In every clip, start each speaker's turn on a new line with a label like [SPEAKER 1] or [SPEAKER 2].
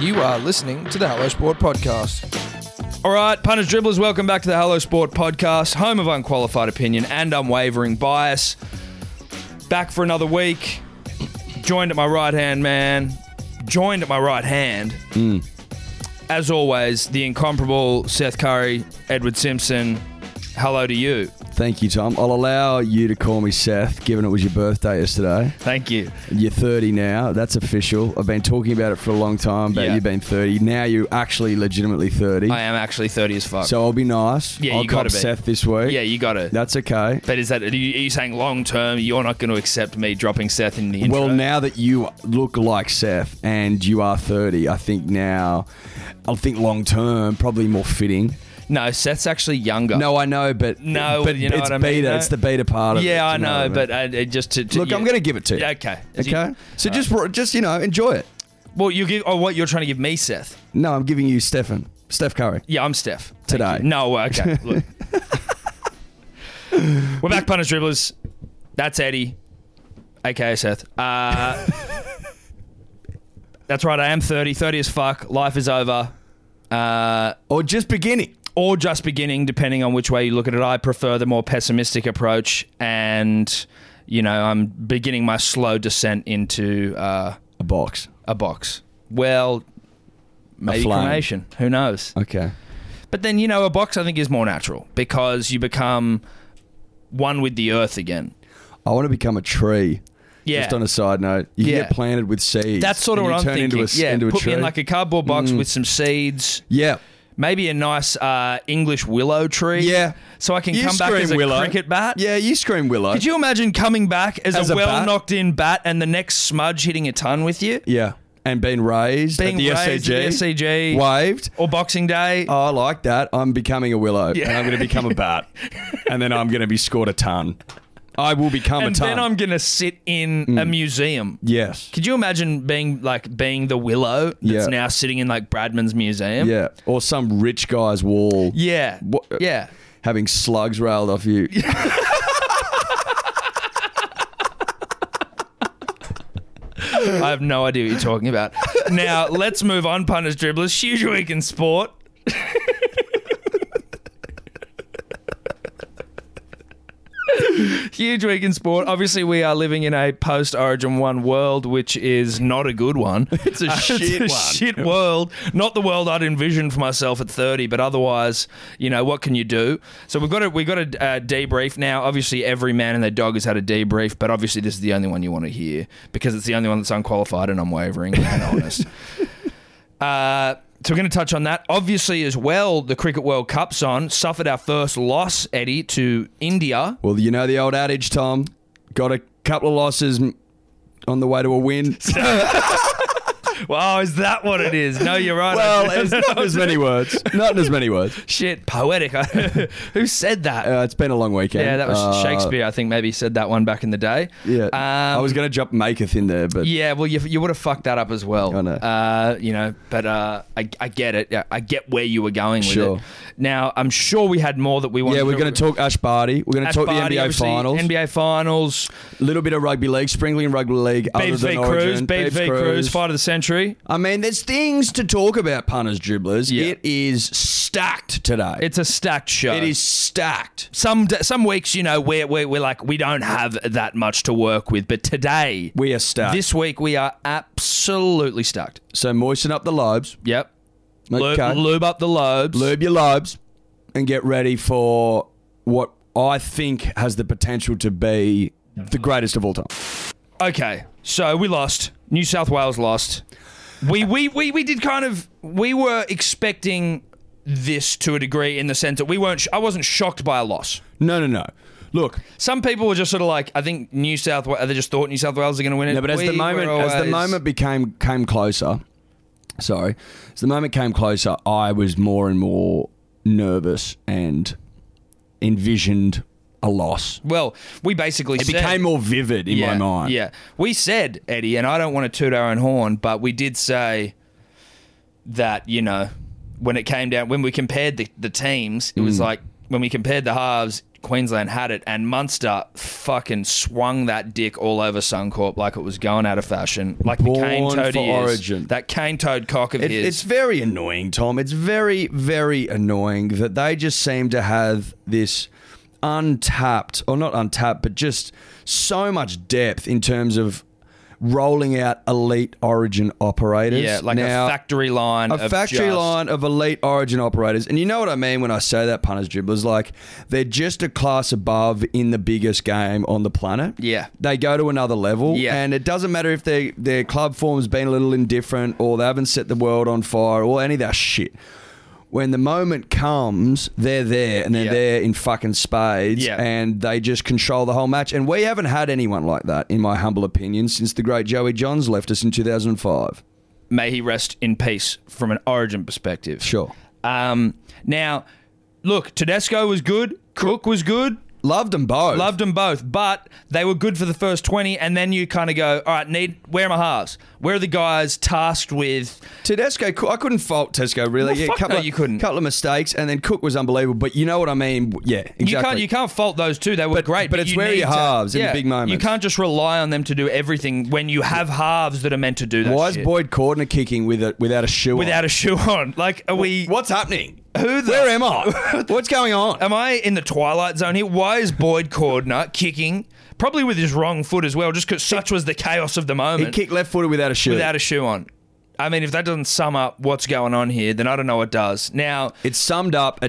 [SPEAKER 1] You are listening to the Hello Sport Podcast.
[SPEAKER 2] All right, punters, dribblers, welcome back to the Hello Sport podcast, home of unqualified opinion and unwavering bias. Back for another week. Joined at my right hand man. Joined at my right hand. As always, the incomparable Seth Curry, Edward Simpson. Hello to you.
[SPEAKER 3] Thank you, Tom. I'll allow you to call me Seth, given it was your birthday yesterday.
[SPEAKER 2] Thank you.
[SPEAKER 3] You're 30 now. That's official. I've been talking about it for a long time, but
[SPEAKER 2] Yeah.
[SPEAKER 3] you've been 30. Now you're actually legitimately 30.
[SPEAKER 2] I am actually 30 as fuck.
[SPEAKER 3] So I'll be nice.
[SPEAKER 2] Yeah,
[SPEAKER 3] I'll
[SPEAKER 2] you gotta
[SPEAKER 3] cop
[SPEAKER 2] be.
[SPEAKER 3] Seth this week.
[SPEAKER 2] yeah, you got it.
[SPEAKER 3] That's okay.
[SPEAKER 2] But is that, are you, are you saying long term, you're not going to accept me dropping Seth in the intro?
[SPEAKER 3] Well, now that you look like Seth and you are 30, I think now, I think long term, probably more fitting.
[SPEAKER 2] no, Seth's actually younger.
[SPEAKER 3] No, I know, but
[SPEAKER 2] Oh. No,
[SPEAKER 3] but
[SPEAKER 2] you know
[SPEAKER 3] it's
[SPEAKER 2] what I mean,
[SPEAKER 3] beta.
[SPEAKER 2] though?
[SPEAKER 3] It's the beta part of it.
[SPEAKER 2] yeah, I
[SPEAKER 3] you
[SPEAKER 2] know,
[SPEAKER 3] what I mean?
[SPEAKER 2] but uh, it just to, to
[SPEAKER 3] look, I'm
[SPEAKER 2] yeah.
[SPEAKER 3] going to give it to you.
[SPEAKER 2] Yeah, okay.
[SPEAKER 3] Okay. Uh, So just just you know, enjoy it.
[SPEAKER 2] Well, you give. Oh, what you're trying to give me, Seth?
[SPEAKER 3] No, I'm giving you Stefan. Steph Curry.
[SPEAKER 2] Yeah, I'm Steph. Thank
[SPEAKER 3] Today.
[SPEAKER 2] you. No, uh, okay. Look. We're back, punish dribblers. That's Eddie, aka Seth. Uh, that's right. I am 30. 30 as fuck. Life is over. Uh,
[SPEAKER 3] Or just beginning.
[SPEAKER 2] or just beginning, depending on which way you look at it. I prefer the more pessimistic approach, and you know, I'm beginning my slow descent into. Uh,
[SPEAKER 3] A box.
[SPEAKER 2] a box. Well, maybe
[SPEAKER 3] flame.
[SPEAKER 2] cremation. Who knows?
[SPEAKER 3] Okay.
[SPEAKER 2] But then you know, a box I think is more natural because you become one with the earth again.
[SPEAKER 3] I want to become a tree.
[SPEAKER 2] Yeah,
[SPEAKER 3] Just on a side note, you can
[SPEAKER 2] Yeah.
[SPEAKER 3] get planted with seeds.
[SPEAKER 2] that's sort of
[SPEAKER 3] and
[SPEAKER 2] what
[SPEAKER 3] you
[SPEAKER 2] I'm
[SPEAKER 3] turn
[SPEAKER 2] thinking.
[SPEAKER 3] Into a, s-
[SPEAKER 2] yeah,
[SPEAKER 3] into a
[SPEAKER 2] put
[SPEAKER 3] tree. Mm.
[SPEAKER 2] me in like a cardboard box with some seeds.
[SPEAKER 3] yeah.
[SPEAKER 2] Maybe a nice uh, English willow tree.
[SPEAKER 3] Yeah.
[SPEAKER 2] so I can
[SPEAKER 3] You
[SPEAKER 2] come back as
[SPEAKER 3] scream
[SPEAKER 2] a
[SPEAKER 3] willow.
[SPEAKER 2] cricket bat.
[SPEAKER 3] Yeah, you scream willow.
[SPEAKER 2] Could you imagine coming back as,
[SPEAKER 3] As
[SPEAKER 2] a
[SPEAKER 3] a bat?
[SPEAKER 2] well knocked in bat and the next smudge hitting a ton with you?
[SPEAKER 3] yeah. And being raised
[SPEAKER 2] Being
[SPEAKER 3] at the
[SPEAKER 2] raised at
[SPEAKER 3] SCG.
[SPEAKER 2] the SCG.
[SPEAKER 3] Waved.
[SPEAKER 2] Or Boxing Day?
[SPEAKER 3] Oh, I like that. I'm becoming a willow.
[SPEAKER 2] Yeah.
[SPEAKER 3] And I'm going to become a bat. and then I'm going to be scored a ton. I will become
[SPEAKER 2] and
[SPEAKER 3] a ton. Mm.
[SPEAKER 2] then I'm gonna sit in a museum.
[SPEAKER 3] yes.
[SPEAKER 2] Could you imagine being like being the willow that's
[SPEAKER 3] Yeah.
[SPEAKER 2] now sitting in like Bradman's museum?
[SPEAKER 3] Yeah. Or some rich guy's wall.
[SPEAKER 2] Yeah.
[SPEAKER 3] What- uh,
[SPEAKER 2] Yeah.
[SPEAKER 3] having slugs railed off you.
[SPEAKER 2] I have no idea what you're talking about. now let's move on, punters dribblers. Huge week in sport. Huge week in sport. Obviously, we are living in a post Origin 1 world, which is not a good one.
[SPEAKER 3] It's a shit
[SPEAKER 2] it's a
[SPEAKER 3] one.
[SPEAKER 2] shit world. Not the world I'd envisioned for myself at 30, but otherwise, you know, what can you do? So we've got to, we've got a uh, debrief now. Obviously, every man and their dog has had a debrief, but obviously, this is the only one you want to hear because it's the only one that's unqualified and unwavering and honest. Uh, so we're going to touch on that. Obviously, as well, the Cricket World Cup's on. Suffered our first loss, Eddie, to India.
[SPEAKER 3] Well, you know the old adage, Tom. Got a couple of losses m- on the way to a win.
[SPEAKER 2] Wow, is that what it is? No, you're right.
[SPEAKER 3] well, it's not in as many words. Not in as many words.
[SPEAKER 2] shit, poetic. Who said that?
[SPEAKER 3] Uh, it's been a long weekend.
[SPEAKER 2] yeah, that was
[SPEAKER 3] Uh,
[SPEAKER 2] Shakespeare. I think maybe said that one back in the day.
[SPEAKER 3] Yeah,
[SPEAKER 2] um,
[SPEAKER 3] I was going to jump maketh in there, but
[SPEAKER 2] Yeah, well, you, you would have fucked that up as well.
[SPEAKER 3] I know.
[SPEAKER 2] Uh, you know, but uh, I, I get it. Yeah, I get where you were going with
[SPEAKER 3] Sure.
[SPEAKER 2] it. Now, I'm sure we had more that we wanted.
[SPEAKER 3] yeah, we're going to talk Ash Barty. We're going to
[SPEAKER 2] Ash
[SPEAKER 3] talk
[SPEAKER 2] Barty,
[SPEAKER 3] the NBA
[SPEAKER 2] obviously,
[SPEAKER 3] finals. A
[SPEAKER 2] NBA finals.
[SPEAKER 3] little bit of rugby league, sprinkling rugby league. other
[SPEAKER 2] Beebs
[SPEAKER 3] than
[SPEAKER 2] v Cruz.
[SPEAKER 3] Origin.
[SPEAKER 2] Beebs v Cruz. Fight of the century.
[SPEAKER 3] I mean, there's things to talk about, punters, dribblers.
[SPEAKER 2] Yeah.
[SPEAKER 3] It is stacked today.
[SPEAKER 2] It's a stacked show.
[SPEAKER 3] it is stacked.
[SPEAKER 2] Some d- some weeks, you know, we're, we're, we're like, we don't have that much to work with. But today,
[SPEAKER 3] We are stacked.
[SPEAKER 2] this week, we are absolutely stuck.
[SPEAKER 3] so moisten up the lobes.
[SPEAKER 2] Yep. Lube,
[SPEAKER 3] Okay.
[SPEAKER 2] lube up the lobes.
[SPEAKER 3] lube your lobes and get ready for what I think has the potential to be the greatest of all time.
[SPEAKER 2] Okay, so we lost. New South Wales lost. We we we, we did kind of we were expecting this to a degree in the sense that we weren't. Sh- I wasn't shocked by a loss.
[SPEAKER 3] No, no, no. Look,
[SPEAKER 2] Some people were just sort of like, I think New South Wales. They just thought New South Wales are going to win it.
[SPEAKER 3] no, but as
[SPEAKER 2] We
[SPEAKER 3] the moment
[SPEAKER 2] were
[SPEAKER 3] as the
[SPEAKER 2] always-
[SPEAKER 3] moment became came closer, sorry, as the moment came closer, I was more and more nervous and envisioned a loss.
[SPEAKER 2] well, we basically
[SPEAKER 3] It became more vivid in
[SPEAKER 2] yeah,
[SPEAKER 3] my mind.
[SPEAKER 2] Yeah, we said Eddie, and I don't want to toot our own horn, but we did say
[SPEAKER 3] Mm.
[SPEAKER 2] that you know when it came down when we compared the, the teams, it was like when we compared the halves, Queensland had it, and Munster fucking swung that dick all over Suncorp like it was going out of fashion, like the cane
[SPEAKER 3] Born
[SPEAKER 2] toad
[SPEAKER 3] for
[SPEAKER 2] he is.
[SPEAKER 3] Origin.
[SPEAKER 2] that cane toad cock of
[SPEAKER 3] It,
[SPEAKER 2] his.
[SPEAKER 3] it's very annoying, Tom. It's very, very annoying that they just seem to have this untapped, or not untapped, but just so much depth in terms of rolling out elite origin operators.
[SPEAKER 2] yeah, like
[SPEAKER 3] now,
[SPEAKER 2] a factory line.
[SPEAKER 3] a
[SPEAKER 2] of
[SPEAKER 3] factory
[SPEAKER 2] just-
[SPEAKER 3] line of elite origin operators. And you know what I mean when I say that, punters, dribblers? Like, they're just a class above in the biggest game on the planet.
[SPEAKER 2] Yeah.
[SPEAKER 3] They go to another level.
[SPEAKER 2] Yeah.
[SPEAKER 3] And it doesn't matter if their their club form's been a little indifferent or they haven't set the world on fire or any of that shit. When the moment comes, they're there and they're
[SPEAKER 2] Yeah.
[SPEAKER 3] there in fucking spades
[SPEAKER 2] Yeah.
[SPEAKER 3] and they just control the whole match. And we haven't had anyone like that, in my humble opinion, since the great Joey Johns left us in 2005.
[SPEAKER 2] May he rest in peace from an Origin perspective.
[SPEAKER 3] Sure.
[SPEAKER 2] Um, now, look, Tedesco was good. Cook was good.
[SPEAKER 3] Loved them both.
[SPEAKER 2] Loved them both, but they were good for the first 20, and then you kind of go, all right, need where are my halves? Where are the guys tasked with
[SPEAKER 3] Tedesco, Cook- I couldn't fault Tedesco really.
[SPEAKER 2] No,
[SPEAKER 3] yeah,
[SPEAKER 2] fuck
[SPEAKER 3] couple
[SPEAKER 2] no,
[SPEAKER 3] of,
[SPEAKER 2] you couldn't.
[SPEAKER 3] Couple of mistakes, and then Cook was unbelievable. But you know what I mean? Yeah, exactly.
[SPEAKER 2] You can't you can't fault those two. They were
[SPEAKER 3] But-
[SPEAKER 2] great,
[SPEAKER 3] but it's
[SPEAKER 2] you
[SPEAKER 3] where
[SPEAKER 2] need
[SPEAKER 3] your
[SPEAKER 2] to-
[SPEAKER 3] halves in the big moments.
[SPEAKER 2] You can't just rely on them to do everything when you have halves that are meant to do that.
[SPEAKER 3] Why is
[SPEAKER 2] shit.
[SPEAKER 3] Boyd Cordner kicking with a, without a shoe?
[SPEAKER 2] without
[SPEAKER 3] on?
[SPEAKER 2] a shoe on? Like, are we?
[SPEAKER 3] What's happening?
[SPEAKER 2] Who the-
[SPEAKER 3] Where am I? What's going on?
[SPEAKER 2] Am I in the twilight zone here? Why is Boyd Cordner kicking? Probably with his wrong foot as well, just because such was the chaos of the
[SPEAKER 3] He
[SPEAKER 2] moment.
[SPEAKER 3] kicked left footed without a shoe.
[SPEAKER 2] without a shoe on. I mean, if that doesn't sum up what's going on here, then I don't know what does. Now,
[SPEAKER 3] it summed up a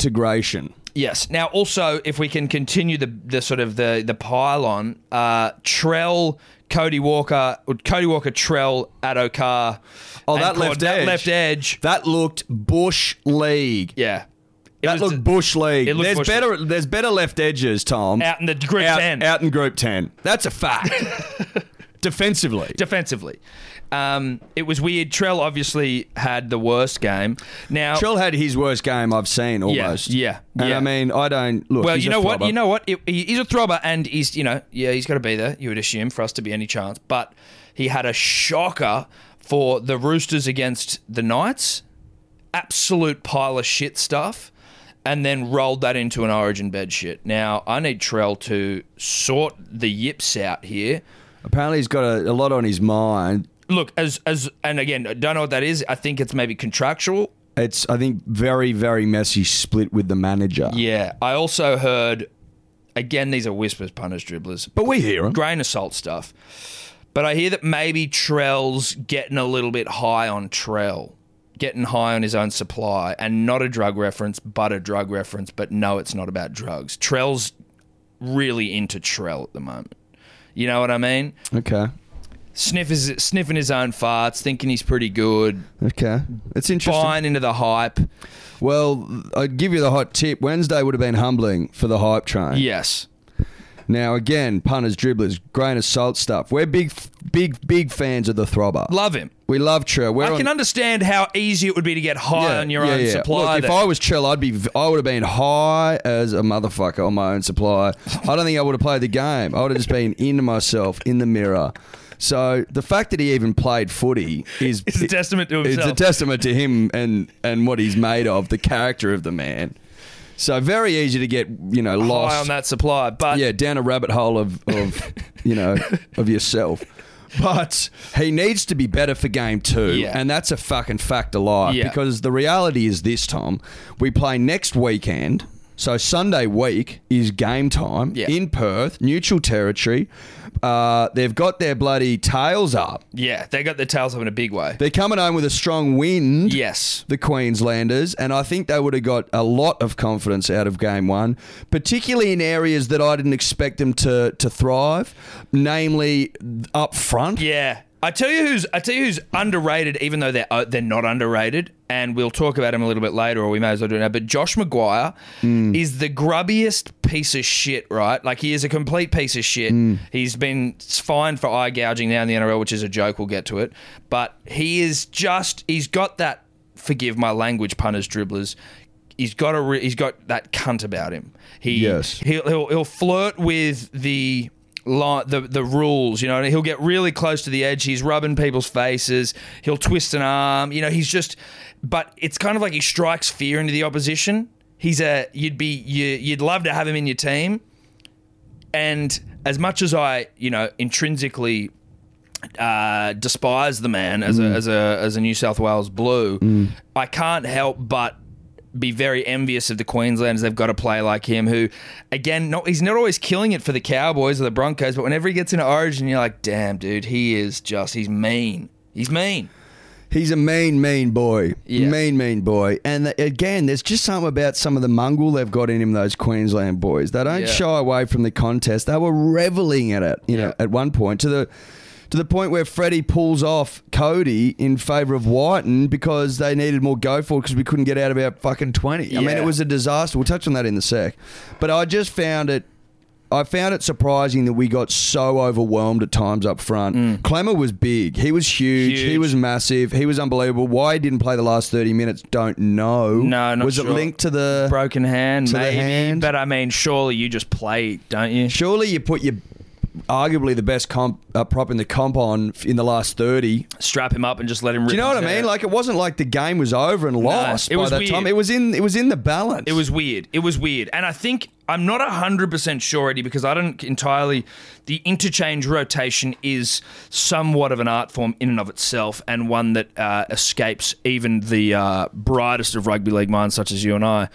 [SPEAKER 3] disintegration.
[SPEAKER 2] Yes. Now, also, if we can continue the the sort of the the pylon, uh, Trell, Cody Walker, Cody Walker, Trell, Adokar.
[SPEAKER 3] Oh,
[SPEAKER 2] and
[SPEAKER 3] that left
[SPEAKER 2] That
[SPEAKER 3] edge.
[SPEAKER 2] left edge.
[SPEAKER 3] That looked bush league.
[SPEAKER 2] Yeah. It
[SPEAKER 3] that
[SPEAKER 2] was
[SPEAKER 3] looked
[SPEAKER 2] the-
[SPEAKER 3] bush league.
[SPEAKER 2] it looked
[SPEAKER 3] There's
[SPEAKER 2] bush
[SPEAKER 3] better. There's better left edges, Tom.
[SPEAKER 2] out in the group
[SPEAKER 3] out,
[SPEAKER 2] ten
[SPEAKER 3] out in group ten. That's a fact. Defensively,
[SPEAKER 2] defensively. Um, it was weird. Trell obviously had the worst game. Now,
[SPEAKER 3] Trell had his worst game I've seen almost.
[SPEAKER 2] Oh. yeah,
[SPEAKER 3] And
[SPEAKER 2] yeah.
[SPEAKER 3] I mean, I don't look.
[SPEAKER 2] well,
[SPEAKER 3] he's
[SPEAKER 2] you
[SPEAKER 3] a
[SPEAKER 2] know what?
[SPEAKER 3] throbber.
[SPEAKER 2] You know what? It, he- he's a throbber, and he's you know yeah, he's got to be there. You would assume for us to be any chance, but he had a shocker for the Roosters against the Knights. Absolute pile of shit stuff. And then rolled that into an origin bed shit. Now, I need Trell to sort the yips out here.
[SPEAKER 3] Apparently, he's got a, a lot on his mind.
[SPEAKER 2] Look, as, as, and again, I don't know what that is. I think it's maybe contractual.
[SPEAKER 3] It's, I think, very, very messy split with the manager.
[SPEAKER 2] Yeah. I also heard, again, these are whispers, punters, dribblers.
[SPEAKER 3] But we hear him.
[SPEAKER 2] grain of salt stuff. But I hear that maybe Trell's getting a little bit high on Trell, getting high on his own supply, and not a drug reference, but a drug reference. But no, it's not about drugs. Trell's really into Trell at the moment. You know what I mean?
[SPEAKER 3] Okay.
[SPEAKER 2] Sniff his, sniffing his own farts, thinking he's pretty good,
[SPEAKER 3] Okay. It's interesting.
[SPEAKER 2] buying into the hype.
[SPEAKER 3] Well, I'd give you the hot tip. Wednesday would have been humbling for the hype train.
[SPEAKER 2] Yes.
[SPEAKER 3] Now, again, punters, dribblers, grain of salt stuff. We're big, big, big fans of the throbber.
[SPEAKER 2] Love him.
[SPEAKER 3] we love Trell. We're
[SPEAKER 2] I
[SPEAKER 3] on-
[SPEAKER 2] can understand how easy it would be to get high on your own supply.
[SPEAKER 3] Look, if
[SPEAKER 2] there.
[SPEAKER 3] I was Trell, I'd be, I would have been high as a motherfucker on my own supply. I don't think I would have played the game. I would have just been into myself in the mirror. So the fact that he even played footy is
[SPEAKER 2] It's a testament to
[SPEAKER 3] It's a
[SPEAKER 2] himself.
[SPEAKER 3] testament to him and and what he's made of, the character of the man. So very easy to get you know lost
[SPEAKER 2] high on that supply. But
[SPEAKER 3] yeah, down a rabbit hole of, of you know, of yourself. But he needs to be better for game two.
[SPEAKER 2] Yeah.
[SPEAKER 3] And that's a fucking fact alive.
[SPEAKER 2] Yeah.
[SPEAKER 3] Because the reality is this, Tom. We play next weekend. So Sunday week is game time
[SPEAKER 2] Yeah.
[SPEAKER 3] in Perth, neutral territory. Uh, they've got their bloody tails up.
[SPEAKER 2] yeah, they got their tails up in a big way.
[SPEAKER 3] They're coming home with a strong wind
[SPEAKER 2] Yes.
[SPEAKER 3] the Queenslanders, and I think they would have got a lot of confidence out of game one, particularly in areas that I didn't expect them to to thrive, namely up front.
[SPEAKER 2] Yeah. I tell you who's I tell you who's underrated, even though they're uh, they're not underrated, and we'll talk about him a little bit later, or we may as well do it now. But Josh Maguire is the grubbiest piece of shit, right? Like he is a complete piece of shit. He's been fined for eye gouging now in the NRL, which is a joke. We'll get to it, but he is just he's got that. Forgive my language, punters, dribblers. He's got a re- he's got that cunt about him. He
[SPEAKER 3] Yes.
[SPEAKER 2] he'll he'll, he'll flirt with the li the the rules, you know. And he'll get really close to the edge. He's rubbing people's faces. He'll twist an arm, you know. He's just, but it's kind of like he strikes fear into the opposition. he's a you'd be you, you'd love to have him in your team, and as much as I you know intrinsically uh, despise the man as
[SPEAKER 3] Mm.
[SPEAKER 2] a as a as a New South Wales Blue, I can't help but be very envious of the Queenslanders. They've got a player like him who, again, not, he's not always killing it for the Cowboys or the Broncos, but whenever he gets into Origin, you're like, damn, dude, he is just he's mean. He's mean.
[SPEAKER 3] He's a mean, mean boy.
[SPEAKER 2] Yeah.
[SPEAKER 3] Mean, mean boy. And th- again, there's just something about some of the mongrel they've got in him, those Queensland boys. They don't
[SPEAKER 2] Yeah.
[SPEAKER 3] shy away from the contest. They were reveling at it, you know,
[SPEAKER 2] Yeah.
[SPEAKER 3] at one point to the to the point where Freddie pulls off Cody in favour of Whiten because they needed more go for it because we couldn't get out about fucking 20. I mean,
[SPEAKER 2] Yeah.
[SPEAKER 3] it was a disaster. We'll touch on that in a sec. But I just found it I found it surprising that we got so overwhelmed at times up front. Clemmer was big. He was huge. He
[SPEAKER 2] Mm. Huge.
[SPEAKER 3] was massive. He was unbelievable. Why he didn't play the last 30 minutes, don't know.
[SPEAKER 2] No, not
[SPEAKER 3] Was it
[SPEAKER 2] sure.
[SPEAKER 3] linked to the.
[SPEAKER 2] Broken hand,
[SPEAKER 3] To the
[SPEAKER 2] maybe.
[SPEAKER 3] hand.
[SPEAKER 2] But I mean, surely you just play, don't you?
[SPEAKER 3] Surely you put your. Arguably the best comp, uh, prop in the comp on f- in the last 30.
[SPEAKER 2] Strap him up and just let him.
[SPEAKER 3] Do you know what I mean? Like, it wasn't like the game was over and lost
[SPEAKER 2] it
[SPEAKER 3] by
[SPEAKER 2] was
[SPEAKER 3] that
[SPEAKER 2] weird.
[SPEAKER 3] time. It was in it was in the balance.
[SPEAKER 2] It was weird. It was weird. And I think I'm not 100% sure, Eddie, because I don't entirely. The interchange rotation is somewhat of an art form in and of itself and one that uh, escapes even the uh, brightest of rugby league minds, such as you and I.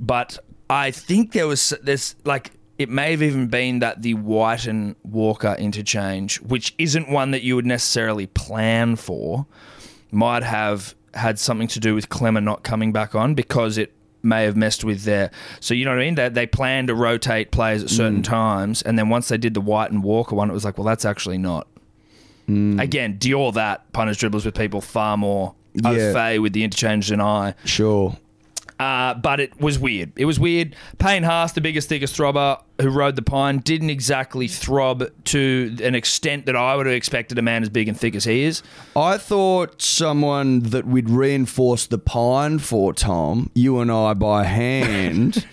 [SPEAKER 2] But I think there was this, like, it may have even been that the White and Walker interchange, which isn't one that you would necessarily plan for, might have had something to do with Clemmer not coming back on because it may have messed with their. So you know what I mean? They, they planned to rotate players at certain times, and then once they did the White and Walker one, it was like, well, that's actually not. Again, Dior that punters dribbles with people far more
[SPEAKER 3] Yeah.
[SPEAKER 2] au fait with the interchange than I.
[SPEAKER 3] sure.
[SPEAKER 2] Uh, but it was weird. It was weird. Payne Haas, the biggest, thickest throbber who rode the pine, didn't exactly throb to an extent that I would have expected a man as big and thick as he is.
[SPEAKER 3] I thought someone that we'd reinforce the pine for, Tom, you and I by hand.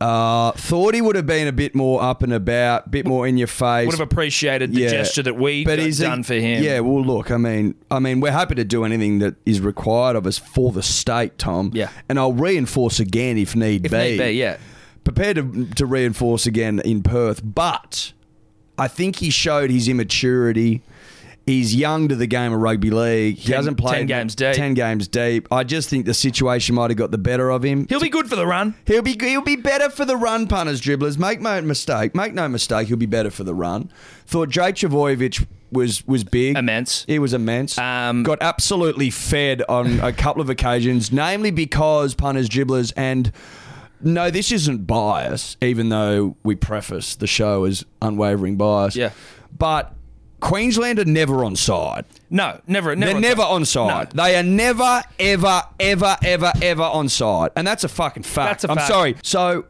[SPEAKER 3] Uh, thought he would have been a bit more up and about, bit more in your face.
[SPEAKER 2] Would have appreciated the
[SPEAKER 3] Yeah.
[SPEAKER 2] gesture that we got
[SPEAKER 3] he's a-
[SPEAKER 2] done for him.
[SPEAKER 3] Yeah, well, look, I mean, I mean, we're happy to do anything that is required of us for the state, Tom.
[SPEAKER 2] Yeah.
[SPEAKER 3] and I'll reinforce again if need
[SPEAKER 2] If
[SPEAKER 3] be.
[SPEAKER 2] need be, yeah.
[SPEAKER 3] prepared to, to reinforce again in Perth, but I think he showed his immaturity. He's young to the game of rugby league. He
[SPEAKER 2] Ten-
[SPEAKER 3] hasn't played
[SPEAKER 2] ten games deep.
[SPEAKER 3] Ten games deep. I just think the situation might have got the better of him.
[SPEAKER 2] He'll be good for the run.
[SPEAKER 3] He'll be he'll be better for the run, punters, dribblers. Make no mistake. Make no mistake. He'll be better for the run. Thought Jake Travojevic was was big.
[SPEAKER 2] Immense.
[SPEAKER 3] He was immense.
[SPEAKER 2] Um,
[SPEAKER 3] Got absolutely fed on a couple of occasions, namely because punters, dribblers, and no, this isn't bias, even though we preface the show as unwavering bias.
[SPEAKER 2] Yeah.
[SPEAKER 3] but. Queensland are never on side.
[SPEAKER 2] No, never, never.
[SPEAKER 3] They're never on side. They are never, ever, ever, ever, ever on side. And that's a fucking fact.
[SPEAKER 2] That's a
[SPEAKER 3] I'm
[SPEAKER 2] fact.
[SPEAKER 3] sorry. So